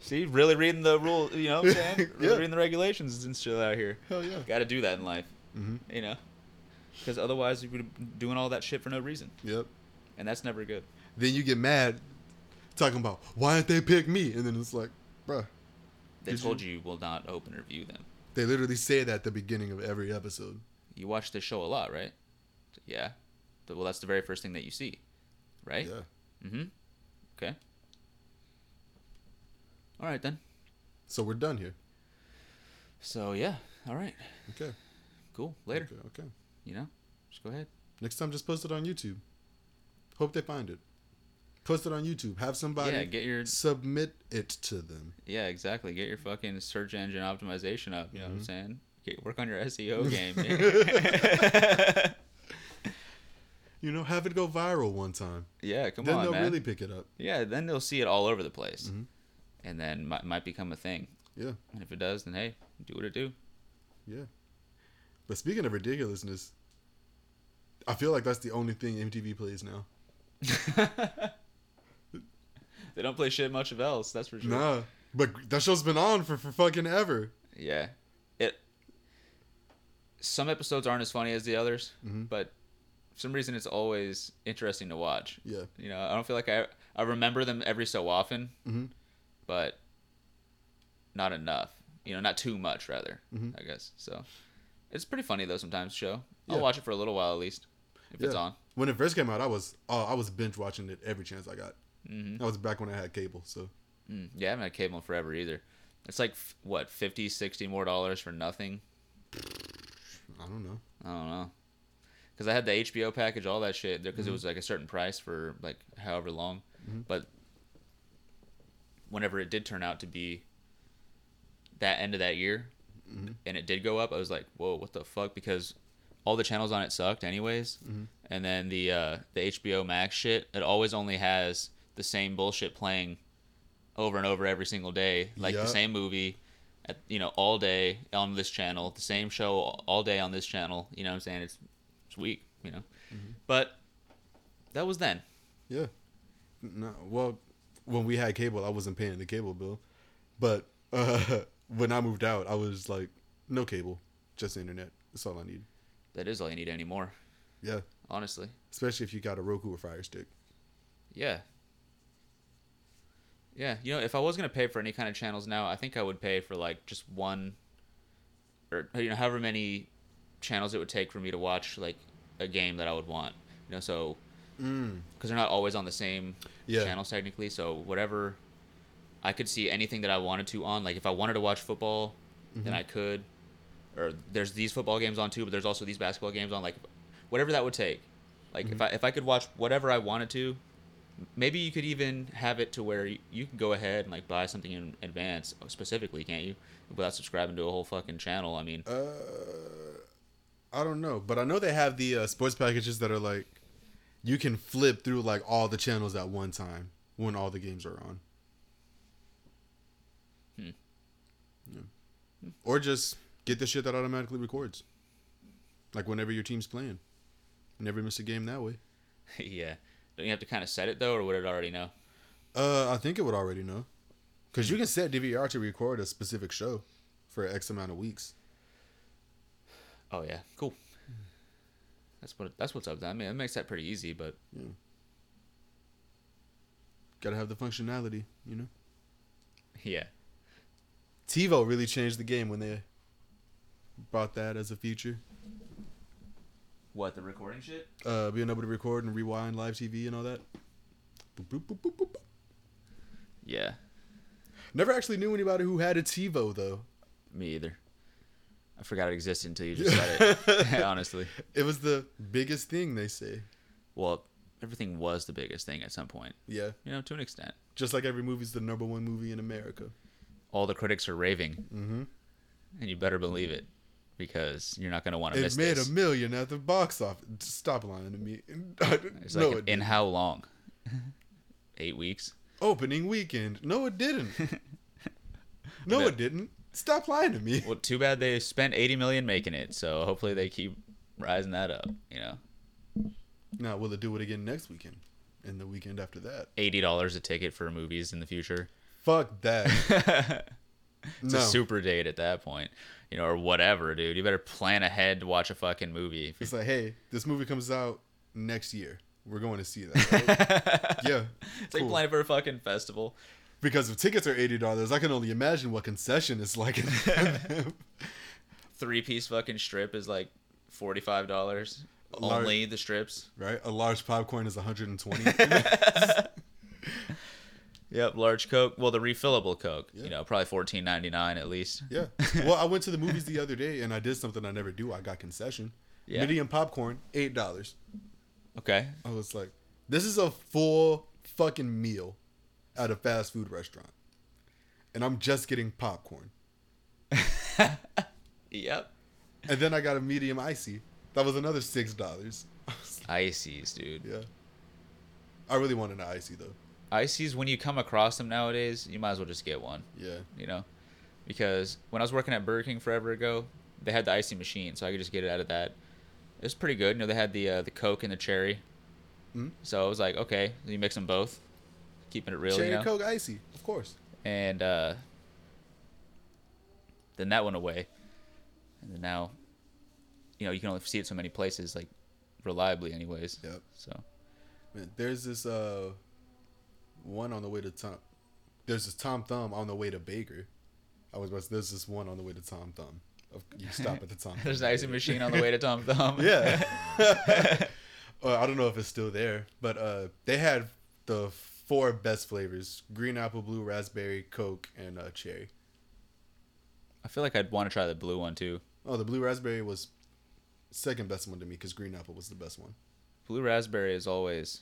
See, really reading the rule, you know what I'm saying?
Yeah.
Really reading the regulations and shit out here.
Hell yeah.
Got to do that in life,
Mm-hmm.
you know, because otherwise you're doing all that shit for no reason,
Yep.
and that's never good.
Then you get mad, talking about why didn't they pick me? And then it's like, bruh,
They
Did
told you you will not open or view them.
they literally say that at the beginning of every episode.
You watch this show a lot, right? Yeah. Th- Well, that's the very first thing that you see, right?
Yeah.
Okay. All right then.
So we're done here.
So yeah. All right.
Okay.
Cool. Later.
Okay. Okay.
You know. Just go ahead.
Next time, just post it on YouTube. Hope they find it. Post it on YouTube. Have somebody
Yeah, get your-
submit it to them.
Yeah. Exactly. Get your fucking search engine optimization up. You know
Mm-hmm.
what I'm saying? Get, work on your SEO game. man.
You know, have it go viral one time.
yeah. Come
then
on,
they'll
man.
really pick it up.
Yeah, then they'll see it all over the place,
Mm-hmm.
and then might might become a thing.
Yeah.
And if it does, then hey, do what it do.
Yeah. But speaking of ridiculousness, I feel like that's the only thing MTV plays now.
They don't play shit much of else, that's for sure.
Nah. But that show's been on for, for fucking ever.
Yeah, it. Some episodes aren't as funny as the others,
Mm-hmm.
but for some reason it's always interesting to watch.
Yeah.
you know, I don't feel like I I remember them every so often,
Mm-hmm.
but not enough. You know, not too much rather.
Mm-hmm.
I guess so. It's pretty funny though sometimes. Show
Yeah.
I'll watch it for a little while at least if it's
Yeah.
on.
When it first came out, I was oh, I was binge watching it every chance I got. Mm-hmm. That was back when I had cable, so
Yeah, I haven't had cable in forever either. It's like f- what 50, 60 more dollars for nothing.
I don't know.
I don't know. Because I had the HBO package, all that shit, because it was like a certain price for like however long. But whenever it did turn out to be that end of that year, and it did go up, I was like, "Whoa, what the fuck?" Because all the channels on it sucked, anyways. And then the uh, the HBO Max shit, it always only has the same bullshit playing over and over every single day, like
Yeah.
the same movie, at, you know, all day on this channel, the same show all day on this channel. You know what I'm saying? It's it's weak, you know. But that was then.
Yeah. No, well, when we had cable, I wasn't paying the cable bill, but uh, when I moved out, I was like, no cable, just internet. That's all I need.
That is all you need anymore,
Yeah,
honestly.
especially if you got a Roku or Fire Stick.
Yeah. Yeah, you know, if I was gonna pay for any kind of channels now, I think I would pay for like just one, or you know, however many channels it would take for me to watch like a game that I would want. You know, so because they're not always on the same
Yeah.
channels technically, so whatever I could see anything that I wanted to on. Like if I wanted to watch football, then I could. Or there's these football games on too, but there's also these basketball games on. Like whatever that would take. Like if I if I could watch whatever I wanted to, maybe you could even have it to where you, you can go ahead and like buy something in advance uh, specifically, can't you? Without subscribing to a whole fucking channel. I mean,
I don't know, but I know they have the uh, sports packages that are like, you can flip through like all the channels at one time when all the games are on. Yeah. Or just get the shit that automatically records, like whenever your team's playing. Never miss a game that way.
yeah. Don't you have to kind of set it though, or would it already know?
Uh, I think it would already know, because you can set DVR to record a specific show for X amount of weeks.
Oh yeah, cool. That's what that's what's up. I mean, it makes that pretty easy, but
Gotta have the functionality, you know.
yeah,
TiVo really changed the game when they brought that as a feature.
What the recording shit?
Uh, being able to record and rewind live TV and all that. Boop, boop, boop, boop, boop, boop.
Yeah,
Never actually knew anybody who had a TiVo though.
me either. I forgot it existed until you just said it. Honestly,
It was the biggest thing they say.
well, everything was the biggest thing at some point.
Yeah,
You know, to an extent.
just like every movie's the number one movie in America.
All the critics are raving, mm-hmm. and you better believe it, because you're not gonna want to
It
miss
made
this.
a million at the box office. Stop lying to me.
it's
no,
like
it
in
didn't.
how long? Eight weeks.
opening weekend. No, it didn't. no,
bet.
it didn't. Stop lying to me.
Well, too bad they spent 80 million making it. So hopefully they keep rising that up. You know,
Now, will it do it again next weekend and the weekend after that?
eighty dollars a ticket for movies in the future.
Fuck that.
It's
no,
a super date at that point, you know, or whatever, dude. You better plan ahead to watch a fucking movie.
it's like, hey, this movie comes out next year. We're going to see that. right? yeah,
It's like
cool.
planning for a fucking festival.
because if tickets are eighty dollars, I can only imagine what concession is like.
Three piece fucking strip is like forty five dollars.
large-
Only the strips.
right, a large popcorn is one hundred and twenty.
Yep, large Coke. Well, the refillable Coke.
Yeah.
You know, probably fourteen ninety nine at least.
Yeah. Well, I went to the movies the other day and I did something I never do. I got concession.
Yeah.
Medium popcorn, eight dollars.
Okay.
I was like, this is a full fucking meal at a fast food restaurant. And I'm just getting popcorn.
Yep.
And then I got a medium icy. That was another six dollars.
Ices, dude.
yeah. I really wanted an icy though.
Ices. When you come across them nowadays, you might as well just get one.
Yeah.
you know, because when I was working at Burger King forever ago, they had the icy machine, so I could just get it out of that. It was pretty good. You know, they had the uh, the Coke and the cherry,
Mhm.
so I was like, okay, you mix them both, keeping it real,
Cherry
you know.
Coke icy, of course.
And uh, then that went away, and then now, you know, you can only see it so many places, like reliably, anyways.
Yep.
So
Man, there's this uh one on the way to Tom. There's this Tom Thumb on the way to Baker. I was about to, there's this one on the way to Tom Thumb. Of- You stop at the Tom.
there's an
Thumb.
icy machine on the way to Tom Thumb.
Yeah. Uh, I don't know if it's still there, but uh, they had the four best flavors: green apple, blue raspberry, Coke, and uh, cherry.
I feel like I'd want to try the blue one too.
Oh, the blue raspberry was second best one to me because green apple was the best one.
Blue raspberry is always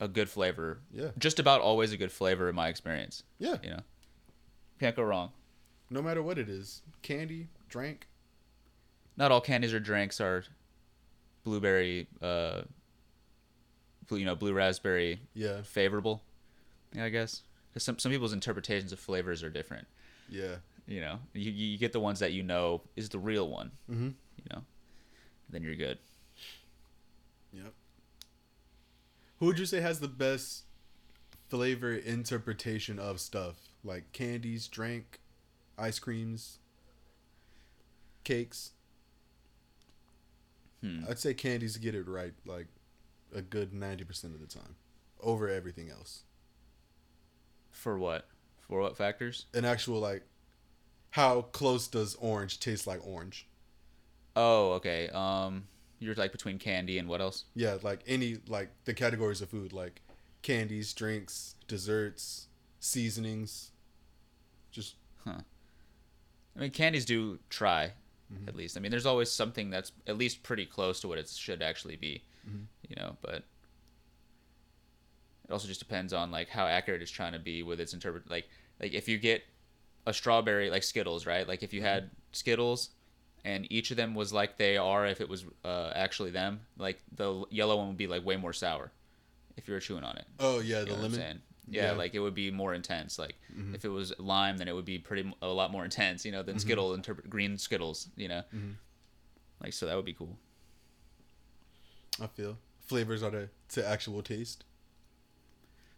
a good flavor.
Yeah.
Just about always a good flavor in my experience.
Yeah.
You know, can't go wrong.
No matter what it is, candy, drink.
Not all candies or drinks are blueberry, uh, blue, you know, blue raspberry
Yeah,
favorable. I guess 'Cause some some people's interpretations of flavors are different.
yeah.
You know, you you you get the ones that you know is the real one. Mm-hmm. You know, then you're good.
Yep. Who would you say has the best flavor interpretation of stuff like candies, drink, ice creams, cakes? I'd say candies get it right like a good 90% of the time over everything else.
For what? For what factors?
An actual like how close does orange taste like orange?
Oh, okay. Um, you're like between candy and what else?
Yeah, like any like the categories of food, like candies, drinks, desserts, seasonings. Just
I mean, candies do try, at least. I mean, there's always something that's at least pretty close to what it should actually be, you know. But it also just depends on like how accurate it's trying to be with its interpret. Like, like if you get a strawberry, like Skittles, right? Like if you had Skittles, and each of them was like they are if it was uh, actually them. Like the yellow one would be like way more sour if you were chewing on it.
oh yeah, the
You know what I'm
lemon.
saying? Yeah,
Yeah. Mm-hmm.
like it would be more intense. Like if it was lime, then it would be pretty m- a lot more intense. You know, than Skittle
Mm-hmm.
interpret green Skittles. You know, like so that would be cool.
I feel flavors are to, to actual taste.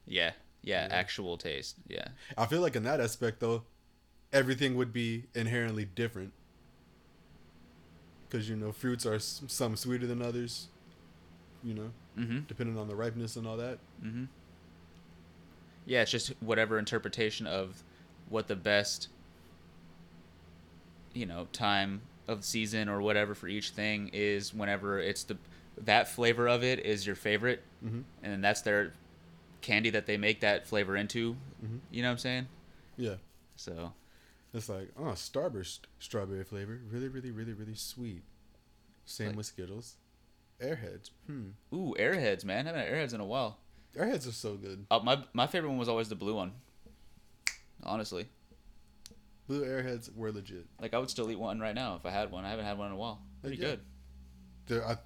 Yeah, yeah, actual taste. Yeah,
I feel like in that aspect though, everything would be inherently different. Cause you know fruits are s- some sweeter than others. You know,
mm-hmm.
depending on the ripeness and all that.
Mm-hmm. Yeah, it's just whatever interpretation of what the best, you know, time of season or whatever for each thing is. Whenever it's the that flavor of it is your favorite,
Mhm.
and then that's their candy that they make that flavor into.
Mhm.
You know what I'm saying?
Yeah.
So
It's like, oh, Starburst strawberry flavor, really, really, really, really sweet. Same
Like-
with Skittles. Airheads. Hmm.
Ooh, Airheads, man. I haven't had Airheads in a while.
Airheads are so good.
Uh, my my favorite one was always the blue one. Honestly,
Blue Airheads were legit.
like I would still eat one right now if I had one. I haven't had one in a while. Pretty
yeah.
good.
They're uh,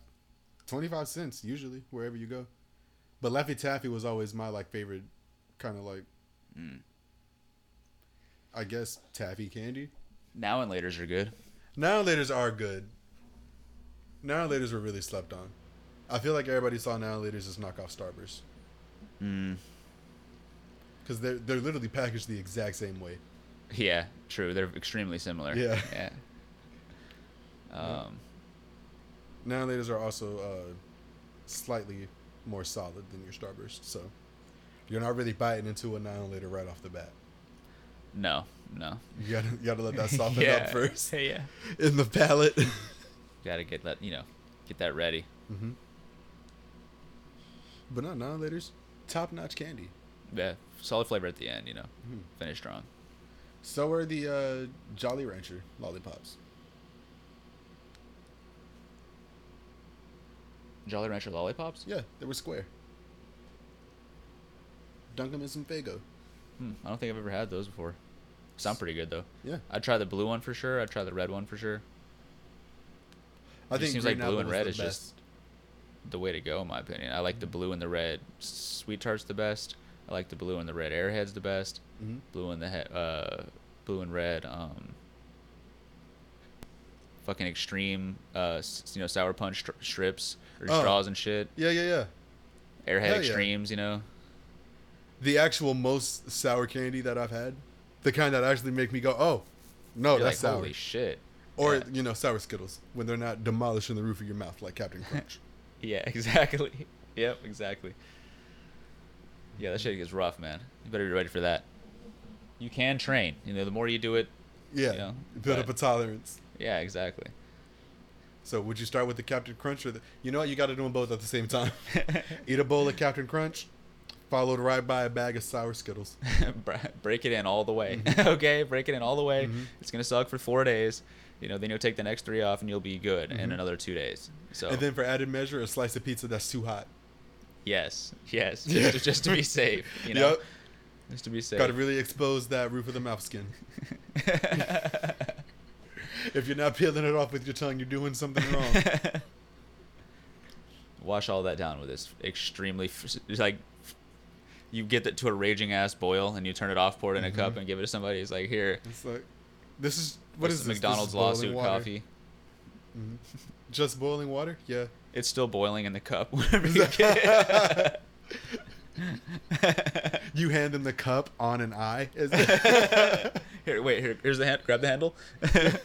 25 cents usually wherever you go. But Laffy Taffy was always my like favorite kind of like I guess taffy candy.
Now and later's are good.
Now laters are good. Now laters were really slept on. I feel like everybody saw now laters as knockoff Starburst.
Mm.
Because they're, they're literally packaged the exact same way.
Yeah, true. They're extremely similar.
Yeah.
Yeah. Um,
Now laters are also uh, slightly more solid than your Starburst. So you're not really biting into a now later right off the bat.
no, no.
You gotta, you gotta let that soften
yeah.
up first
yeah.
in the palate.
Gotta get that, you know, get that ready.
but not now laters. Top notch candy.
Yeah, solid flavor at the end, you know.
Hmm.
Finish strong.
So are the uh, Jolly Rancher lollipops.
Jolly Rancher lollipops?
Yeah, they were square. Dunk them in some Fago.
Hmm, I don't think I've ever had those before. Sound pretty good though.
Yeah,
I'd try the blue one for sure. I'd try the red one for sure.
I
just seems like
Green Apple
blue and
was
red
the
is just- The way to go, in my opinion. I like the blue and the red. Sweet tarts the best. I like the blue and the red airheads the best.
Mhm.
blue and the he- uh, blue and red um fucking extreme uh s- you know sour punch str- strips or
Oh.
straws and shit
Yeah, yeah, yeah.
airhead
Hell yeah.
extremes you know
The actual most sour candy that I've had, the kind that actually make me go, oh, no,
You're like
that's sour.
holy shit
or
yeah.
you know, sour Skittles when they're not demolishing the roof of your mouth like Captain Crunch.
yeah exactly yep exactly yeah that shit gets rough man you better be ready for that you can train you know the more you do it
yeah,
Yeah,
build
but-
up a tolerance.
yeah exactly
So would you start with the Captain Crunch or the? You know what? You got to do them both at the same time. Eat a bowl of Captain Crunch, followed right by a bag of sour Skittles.
Br- break it in all the way.
Mm-hmm.
okay, break it in all the way. It's gonna suck for four days. You know, then you'll take the next three off, and you'll be good in another two days. So
Mm-hmm. And then for added measure, a slice of pizza that's too hot.
yes, yes, just, to, just to be safe. You know,
Yup.
just to be safe.
Got to really expose that roof of the mouth skin. if you're not peeling it off with your tongue, you're doing something wrong.
Wash all that down with this extremely f- it's like f- you get it to a raging ass boil, and you turn it off, pour it in a cup, and give it to somebody. It's like here,
it's like, this is Mm-hmm. what
this
is
is
this?
McDonald's
this is boiling
lawsuit
water. Mm-hmm.
coffee.
Just boiling water? Yeah.
It's still boiling in the cup. Whenever you get it.
You hand them the cup on an eye. It's,
Here, wait. Here, here's the hand. Grab the handle.
it's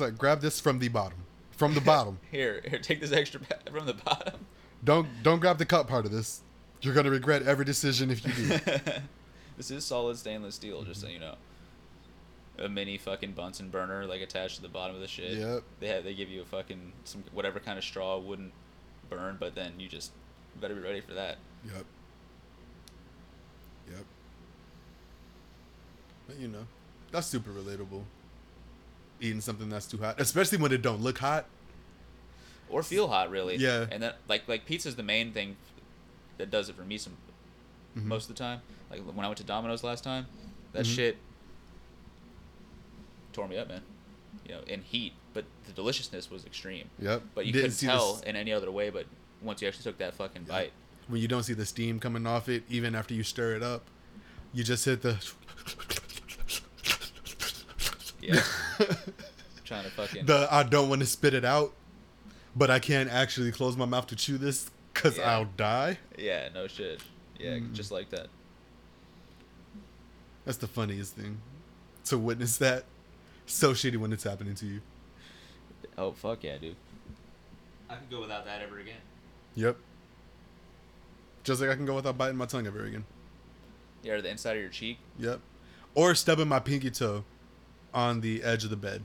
like grab this from the bottom. From the bottom.
Here, here. Take this extra pa- from the bottom.
Don't don't grab the cup part of this. You're gonna regret every decision if you do.
This is solid stainless steel, just so you know. A mini fucking Bunsen burner, like attached to the bottom of the shit.
Yep.
They have, they give you a fucking some whatever kind of straw wouldn't burn, but then you just better be ready for that.
yep. Yep. But you know, that's super relatable. Eating something that's too hot, especially when it don't look hot.
or feel hot really.
Yeah.
And then like like pizza's the main thing that does it for me some
Mm-hmm.
most of the time. Like when I went to Domino's last time, that shit tore me up, man. You know, in heat, but the deliciousness was extreme.
Yep.
But you
Didn't
couldn't
see the
tell
s-
in any other way. But once you actually took that fucking bite,
when you don't see the steam coming off it, even after you stir it up, you just hit the
yeah, trying to fucking
the I don't want to spit it out but I can't actually close my mouth to chew this because
Yeah.
I'll die.
Yeah, no shit. Yeah,
Mm.
just like that.
That's the funniest thing to witness that. So shitty when it's happening to you.
Oh fuck yeah, dude.
I could go without that ever again.
Yep. Just like I can go without biting my tongue ever again.
Yeah, or the inside of your cheek.
Yep. Or stubbing my pinky toe on the edge of the bed.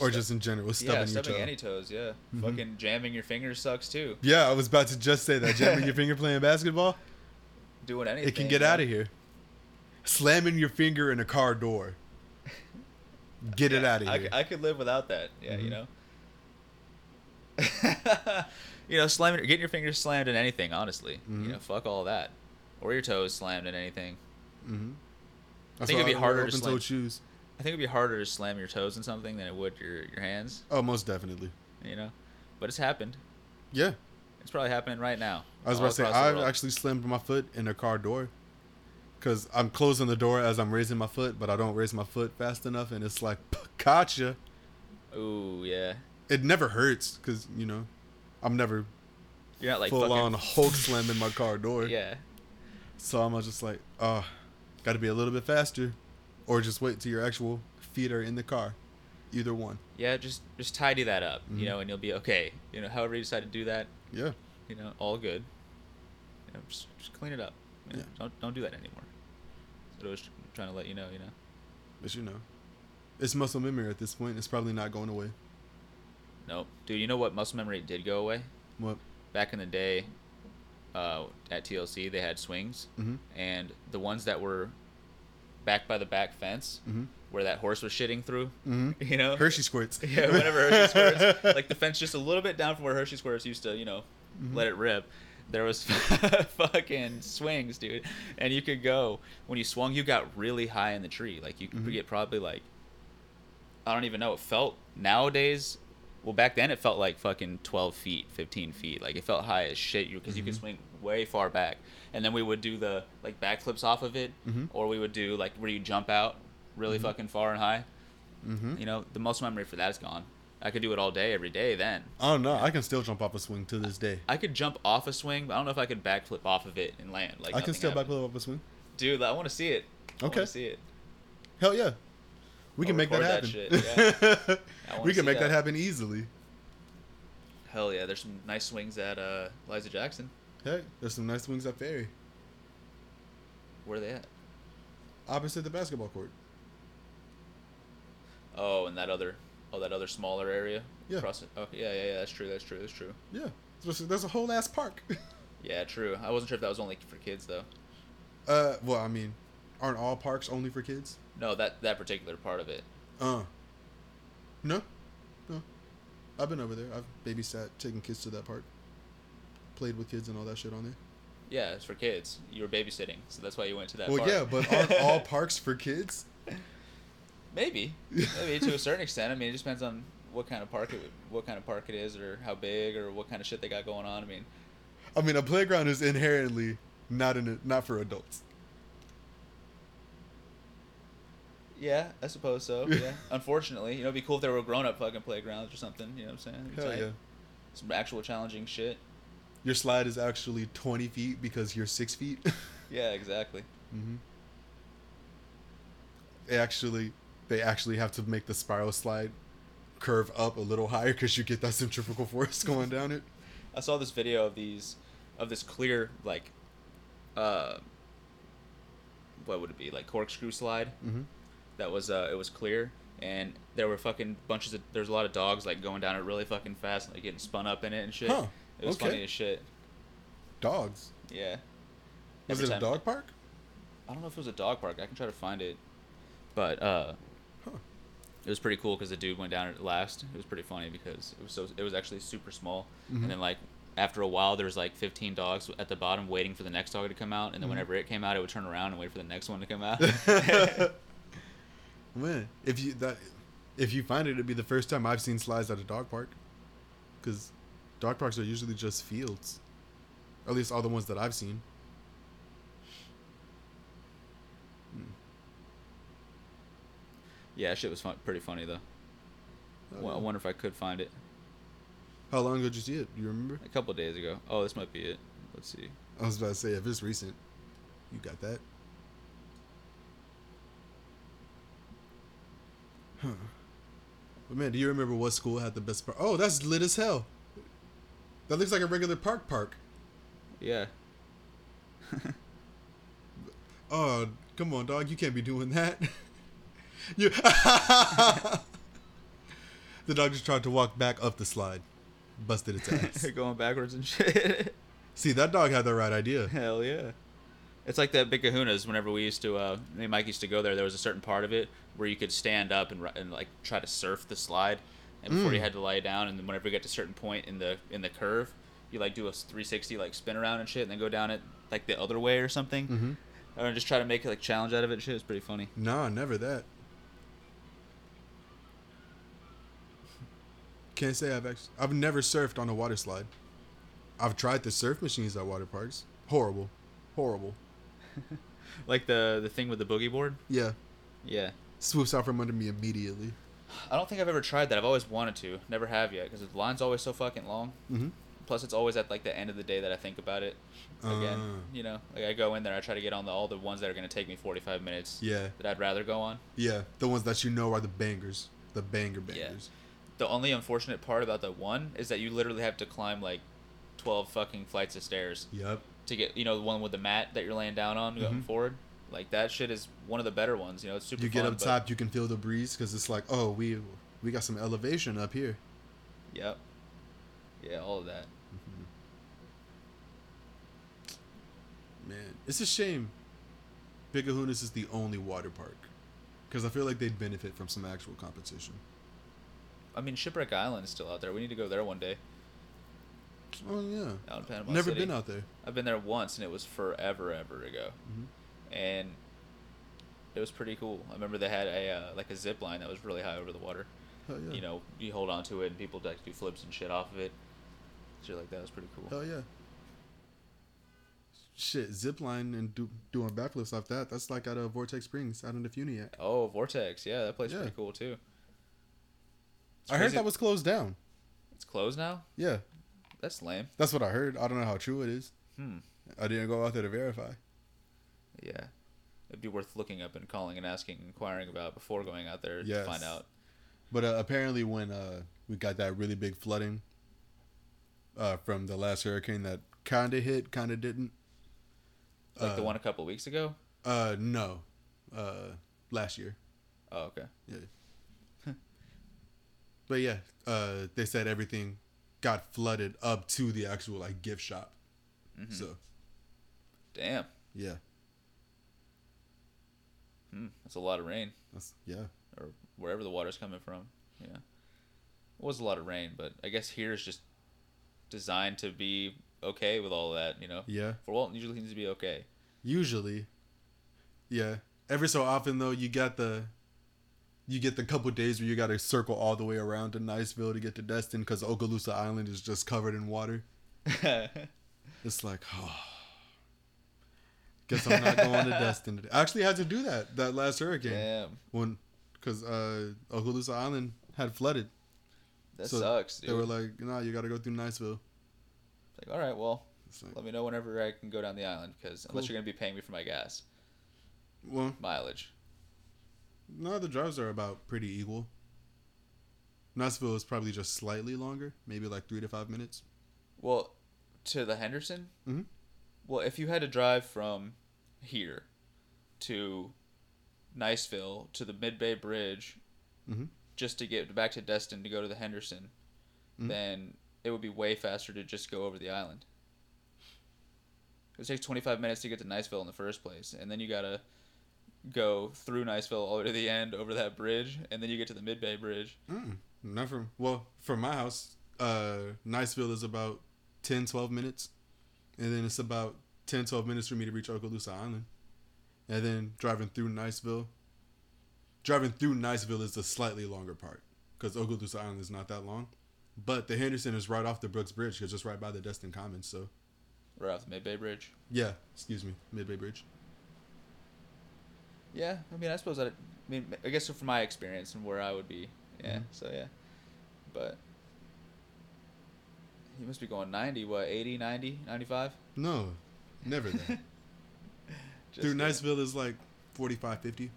Or
Stub-
just in general, stubbing
yeah,
your
stubbing
toe. Mm-hmm.
any toes. Yeah, fucking jamming your fingers sucks too.
yeah, I was about to just say that. Jamming your finger playing basketball,
Doing anything.
it can get
you know?
out of here. Slamming your finger in a car door. Get it out of
I,
here.
I could live without that. Yeah, you know.
Mm-hmm.
you know, slamming, getting your fingers slammed in anything. Honestly,
Mhm.
you know, fuck all that, or your toes slammed in anything.
That's
think
why
it'd be
wear
harder to
open-toed
slam-
shoes.
I think it'd be harder to slam your toes in something than it would your your hands.
Oh, most definitely.
You know, but it's happened.
Yeah.
It's probably happening right now.
I was
all
about to say,
Oh, across the
I've
world.
actually slammed my foot in a car door because I'm closing the door as I'm raising my foot, but I don't raise my foot fast enough, and it's like, "P- gotcha.
Ooh yeah,
It never hurts because, you know, I'm never
you're not like
full
fucking,
on Hulk slamming my car door.
Yeah,
So I'm just like, oh, got to be a little bit faster or just wait till your actual feet are in the car. Either one.
yeah. Just just tidy that up,
Mm-hmm.
you know, and you'll be okay. You know, however you decide to do that,
Yeah.
you know, all good. You know, just, just clean it up. You know,
Yeah.
Don't don't do that anymore. So I was trying to let you know, you know.
But you know, it's muscle memory at this point. It's probably not going away.
Nope, dude. You know what? Muscle memory did go away.
What?
Back in the day, uh, at TLC they had swings,
Mhm.
and the ones that were back by the back fence,
Mhm.
where that horse was shitting through,
Mhm.
you know,
Hershey squirts.
Yeah, whenever Hershey squirts, like the fence just a little bit down from where Hershey squirts used to, you know, let it rip. There was fucking swings, dude, and you could go when you swung. You got really high in the tree, like you could get probably like I don't even know. It felt nowadays. Well, back then it felt like fucking twelve feet, fifteen feet. Like it felt high as shit. You because you could swing way far back, and then we would do the like back flips off of it, or we would do like where you jump out really fucking far and high. You know, the muscle memory for that is gone. I could do it all day, every day. Then
I don't know. Oh, I can still jump off a swing to this day.
I could jump off a swing, but I don't know if I could backflip off of it and land. Like
I can
nothing
still
happened.
backflip off a swing.
Dude, I want to see it.
Okay.
I want to see it.
Hell yeah, we can
I'll
make that happen.
record that I wanna
we can
see
make that.
that.
happen easily.
Hell yeah, there's some nice swings at uh, Liza Jackson.
Hey, there's some nice swings at Ferry,
Where are they at?
opposite the basketball court.
Oh, and that other, oh, that other smaller area.
Yeah.
Across it. Oh, yeah, yeah, yeah. That's true. That's true. That's true.
Yeah, there's, there's a whole ass park.
Yeah, true. I wasn't sure if that was only for kids though.
uh, well, I mean, aren't all parks only for kids?
No, that that particular part of it.
Uh, no, no. I've been over there. I've babysat, taken kids to that park, played with kids and all that shit on there.
Yeah, it's for kids. You were babysitting, so that's why you went to that.
well,
park.
yeah, but aren't all parks for kids?
maybe, maybe to a certain extent. I mean, it just depends on what kind of park it, what kind of park it is, or how big, or what kind of shit they got going on. I mean,
I mean, a playground is inherently not in not for adults.
yeah, I suppose so. Yeah, unfortunately, you know, it'd be cool if there were grown up fucking playgrounds or something. You know what I'm saying? It'd be
Hell
tight.
yeah.
Some actual challenging shit.
Your slide is actually 20 feet because you're six feet.
Yeah, exactly.
they actually, they actually have to make the spiral slide curve up a little higher because you get that centrifugal force going down it.
I saw this video of these, of this clear like, uh, what would it be like corkscrew slide?
Mhm.
That was uh, it was clear, and there were fucking bunches of there's a lot of dogs like going down it really fucking fast, like getting spun up in it and shit.
Huh,
It was
okay.
funny as shit.
Dogs.
Yeah.
Was
Every
it
time-
a dog park?
I don't know if it was a dog park. I can try to find it, but uh,
Huh.
it was pretty cool because the dude went down at last. It was pretty funny because it was so it was actually super small, and then like after a while there was like 15 dogs at the bottom waiting for the next dog to come out, and then whenever it came out, it would turn around and wait for the next one to come out.
Man, if you that, if you find it, it'd be the first time I've seen slides at a dog park, because dog parks are usually just fields, at least all the ones that I've seen.
yeah, shit was fun- pretty funny though.
Oh,
Well, I
yeah. Oh,
wonder if I could find it.
How long ago did you see it? Do you remember?
a couple days ago. Oh, this might be it. Let's see.
I was about to say if it's recent, you got that. Huh. But man, do you remember what school had the best park? Oh, that's lit as hell. That looks like a regular park park.
Yeah.
Oh, come on, dog. You can't be doing that. you. the dog just tried to walk back up the slide, busted its ass.
Going backwards and shit.
See, that dog had the right idea.
Hell yeah. It's like that Big Kahuna's. Whenever we used to, uh, me and Mike used to go there. There was a certain part of it where you could stand up and ri- and like try to surf the slide, and before you had to lie down. And then whenever you get to a certain point in the in the curve, you like do a s- 360 like spin around and shit, and then go down it like the other way or something. Mm-hmm. Or just try to make like challenge out of it. and Shit, it's pretty funny.
Nah, never that. Can't say I've actually. I've never surfed on a water slide. I've tried the surf machines at water parks. Horrible, horrible.
Like the the thing with the boogie board.
Yeah,
Yeah.
swoops out from under me immediately.
I don't think I've ever tried that. I've always wanted to. Never have yet because the line's always so fucking long.
Mhm.
Plus, it's always at like the end of the day that I think about it. Again,
Uh.
you know, like I go in there, I try to get on the, all the ones that are gonna take me forty five minutes.
Yeah.
That I'd rather go on.
Yeah, the ones that you know are the bangers, the banger bangers.
The only unfortunate part about the one is that you literally have to climb like twelve fucking flights of stairs
Yep.
to get you know the one with the mat that you're laying down on going forward. Like that shit is one of the better ones. You know, it's super.
Mm-hmm. You get
fun,
up
but-
top, you can feel the breeze because it's like, oh, we we got some elevation up here.
Yep. Yeah, all of that.
Man, it's a shame. Picahoonis is the only water park because I feel like they'd benefit from some actual competition.
I mean, Shipwreck Island is still out there. We need to go there one day.
Oh yeah,
Out in Panama
never
City.
been out there.
I've been there once, and it was forever, ever ago,
Mm-hmm.
and it was pretty cool. I remember they had a uh, like a zip line that was really high over the water.
Hell yeah.
You know, you hold on to it, and people like do flips and shit off of it. Shit like that was pretty cool.
Hell yeah. Shit, zipline and do, doing backflips off that. That's like out of Vortex Springs, out in the Funiac.
Oh, Vortex, yeah, that place is
Yeah.
pretty cool too.
I heard
crazy.
that was closed down.
It's closed now.
Yeah,
That's lame.
that's what I heard. I don't know how true it is.
Hmm.
I didn't go out there to verify.
Yeah, it'd be worth looking up and calling and asking, inquiring about before going out there to
Yes.
find out.
But uh, apparently, when uh, we got that really big flooding uh, from the last hurricane that kind of hit, kind of didn't.
Like the
Uh,
one a couple weeks ago.
Uh, no, uh, last year.
Oh, okay.
Yeah. but yeah, uh, they said everything got flooded up to the actual like gift shop. So
Damn,
yeah,
that's a lot of rain.
that's yeah.
or wherever the water's coming from. Yeah. It was a lot of rain, but I guess here is just designed to be okay with all that, you know?
Yeah.
For Walton usually needs to be okay.
Usually, yeah. Every so often though, you got the. You get the couple days where you got to circle all the way around to Niceville to get to Destin because Okaloosa Island is just covered in water. It's like, oh, guess I'm not going to Destin today. I actually had to do that that last hurricane.
Damn.
when because uh Okaloosa Island had flooded.
That
So
sucks, dude.
They were like, nah, you got to go through Niceville.
It's like, all right, well,
It's like,
let me know whenever I can go down the island because unless
Cool.
you're going to be paying me for my gas
well,
mileage.
no, the drives are about pretty equal. Niceville is probably just slightly longer, maybe like three to five minutes.
Well, to the Henderson?
Mhm.
Well, if you had to drive from here to Niceville to the Mid Bay Bridge
Mhm.
just to get back to Destin to go to the Henderson, then it would be way faster to just go over the island. It takes 25 minutes to get to Niceville in the first place, and then you gotta go through Niceville all the way to the end over that bridge, and then you get to the Mid Bay Bridge.
Mm, not from well, from my house, uh, Niceville is about 10, 12 minutes, and then it's about 10, 12 minutes for me to reach Okaloosa Island, and then driving through Niceville. Driving through Niceville is the slightly longer part because Okaloosa Island is not that long, but the Henderson is right off the Brooks Bridge because it's right by the Destin Commons. So
Right off the Mid Bay Bridge.
yeah, excuse me, Midway Bridge.
Yeah, I mean, I suppose that. I mean, I guess from
Mm-hmm.
my experience and where I would be. Yeah. So yeah, but You must be going 90, what, 80, 90, 95?
No, never that.
Just
Dude,
kidding.
Niceville is like 45, 50.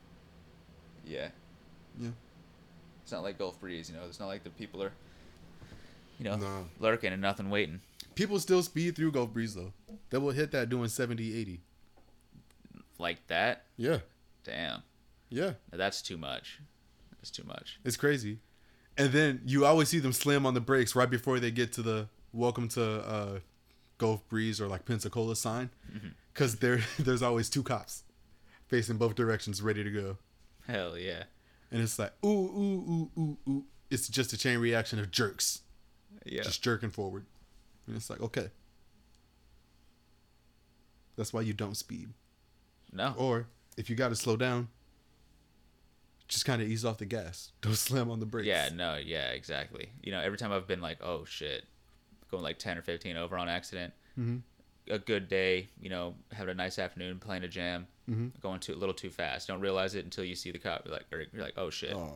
Yeah.
Yeah.
It's not like Gulf Breeze, you know. It's not like the people are, you know,
No.
lurking and nothing waiting.
People still speed through Gulf Breeze, though. They will hit that doing 70, 80.
Like that?
Yeah.
Damn.
Yeah.
Now that's too much. That's too much.
It's crazy. And then you always see them slam on the brakes right before they get to the welcome to uh, Gulf Breeze or like Pensacola sign. Because there, there's always two cops facing both directions ready to go.
Hell yeah.
And it's like, ooh, ooh, ooh, ooh, ooh. It's just a chain reaction of jerks,
Yeah.
just jerking forward. And it's like, okay. That's why you don't speed.
no.
Or if you got to slow down, just kind of ease off the gas. Don't slam on the brakes.
Yeah, no, yeah, exactly. You know, every time I've been like, oh shit, going like 10 or 15 over on accident, a good day, you know, having a nice afternoon, playing a jam, going too, a little too fast. Don't realize it until you see the cop. You're like, or you're like oh shit.
Oh,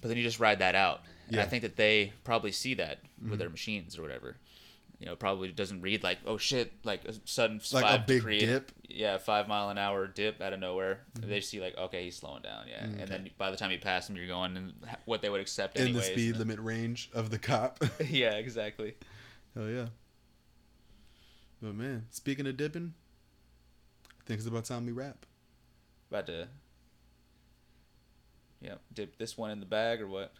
But then you just ride that out. And I
Yeah. Mm-hmm.
think that they probably see that with their machines or whatever. You know, probably doesn't read like, oh shit, like a sudden
Like a
five
big
degree-
dip? Mm-hmm.
Yeah, five mile an hour dip out of nowhere. They see like, okay, he's slowing down. Yeah, and then by the time you pass him, you're going in what they would accept
in
anyways. uh,
the speed
and-
limit range of the cop.
yeah, exactly.
Hell yeah. But man, speaking of dipping, I think it's about time we wrap.
About to. Yeah, dip this one in the bag or what?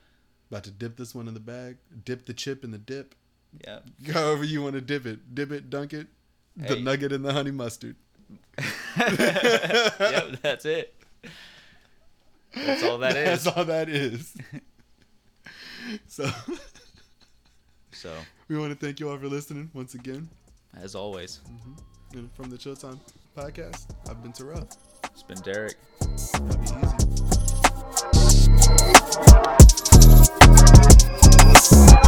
About to dip this one in the bag, dip the chip in the dip,
Yeah.
however you want to dip it. Dip it, dunk it, the
Hey.
nugget and the honey mustard.
yep, that's it. That's all that
That's
is.
all that is. so
So,
we want to thank you all for listening once again.
as always,
And from the Showtime podcast, I've been Terrell.
it's been Derek.
That'd be easy.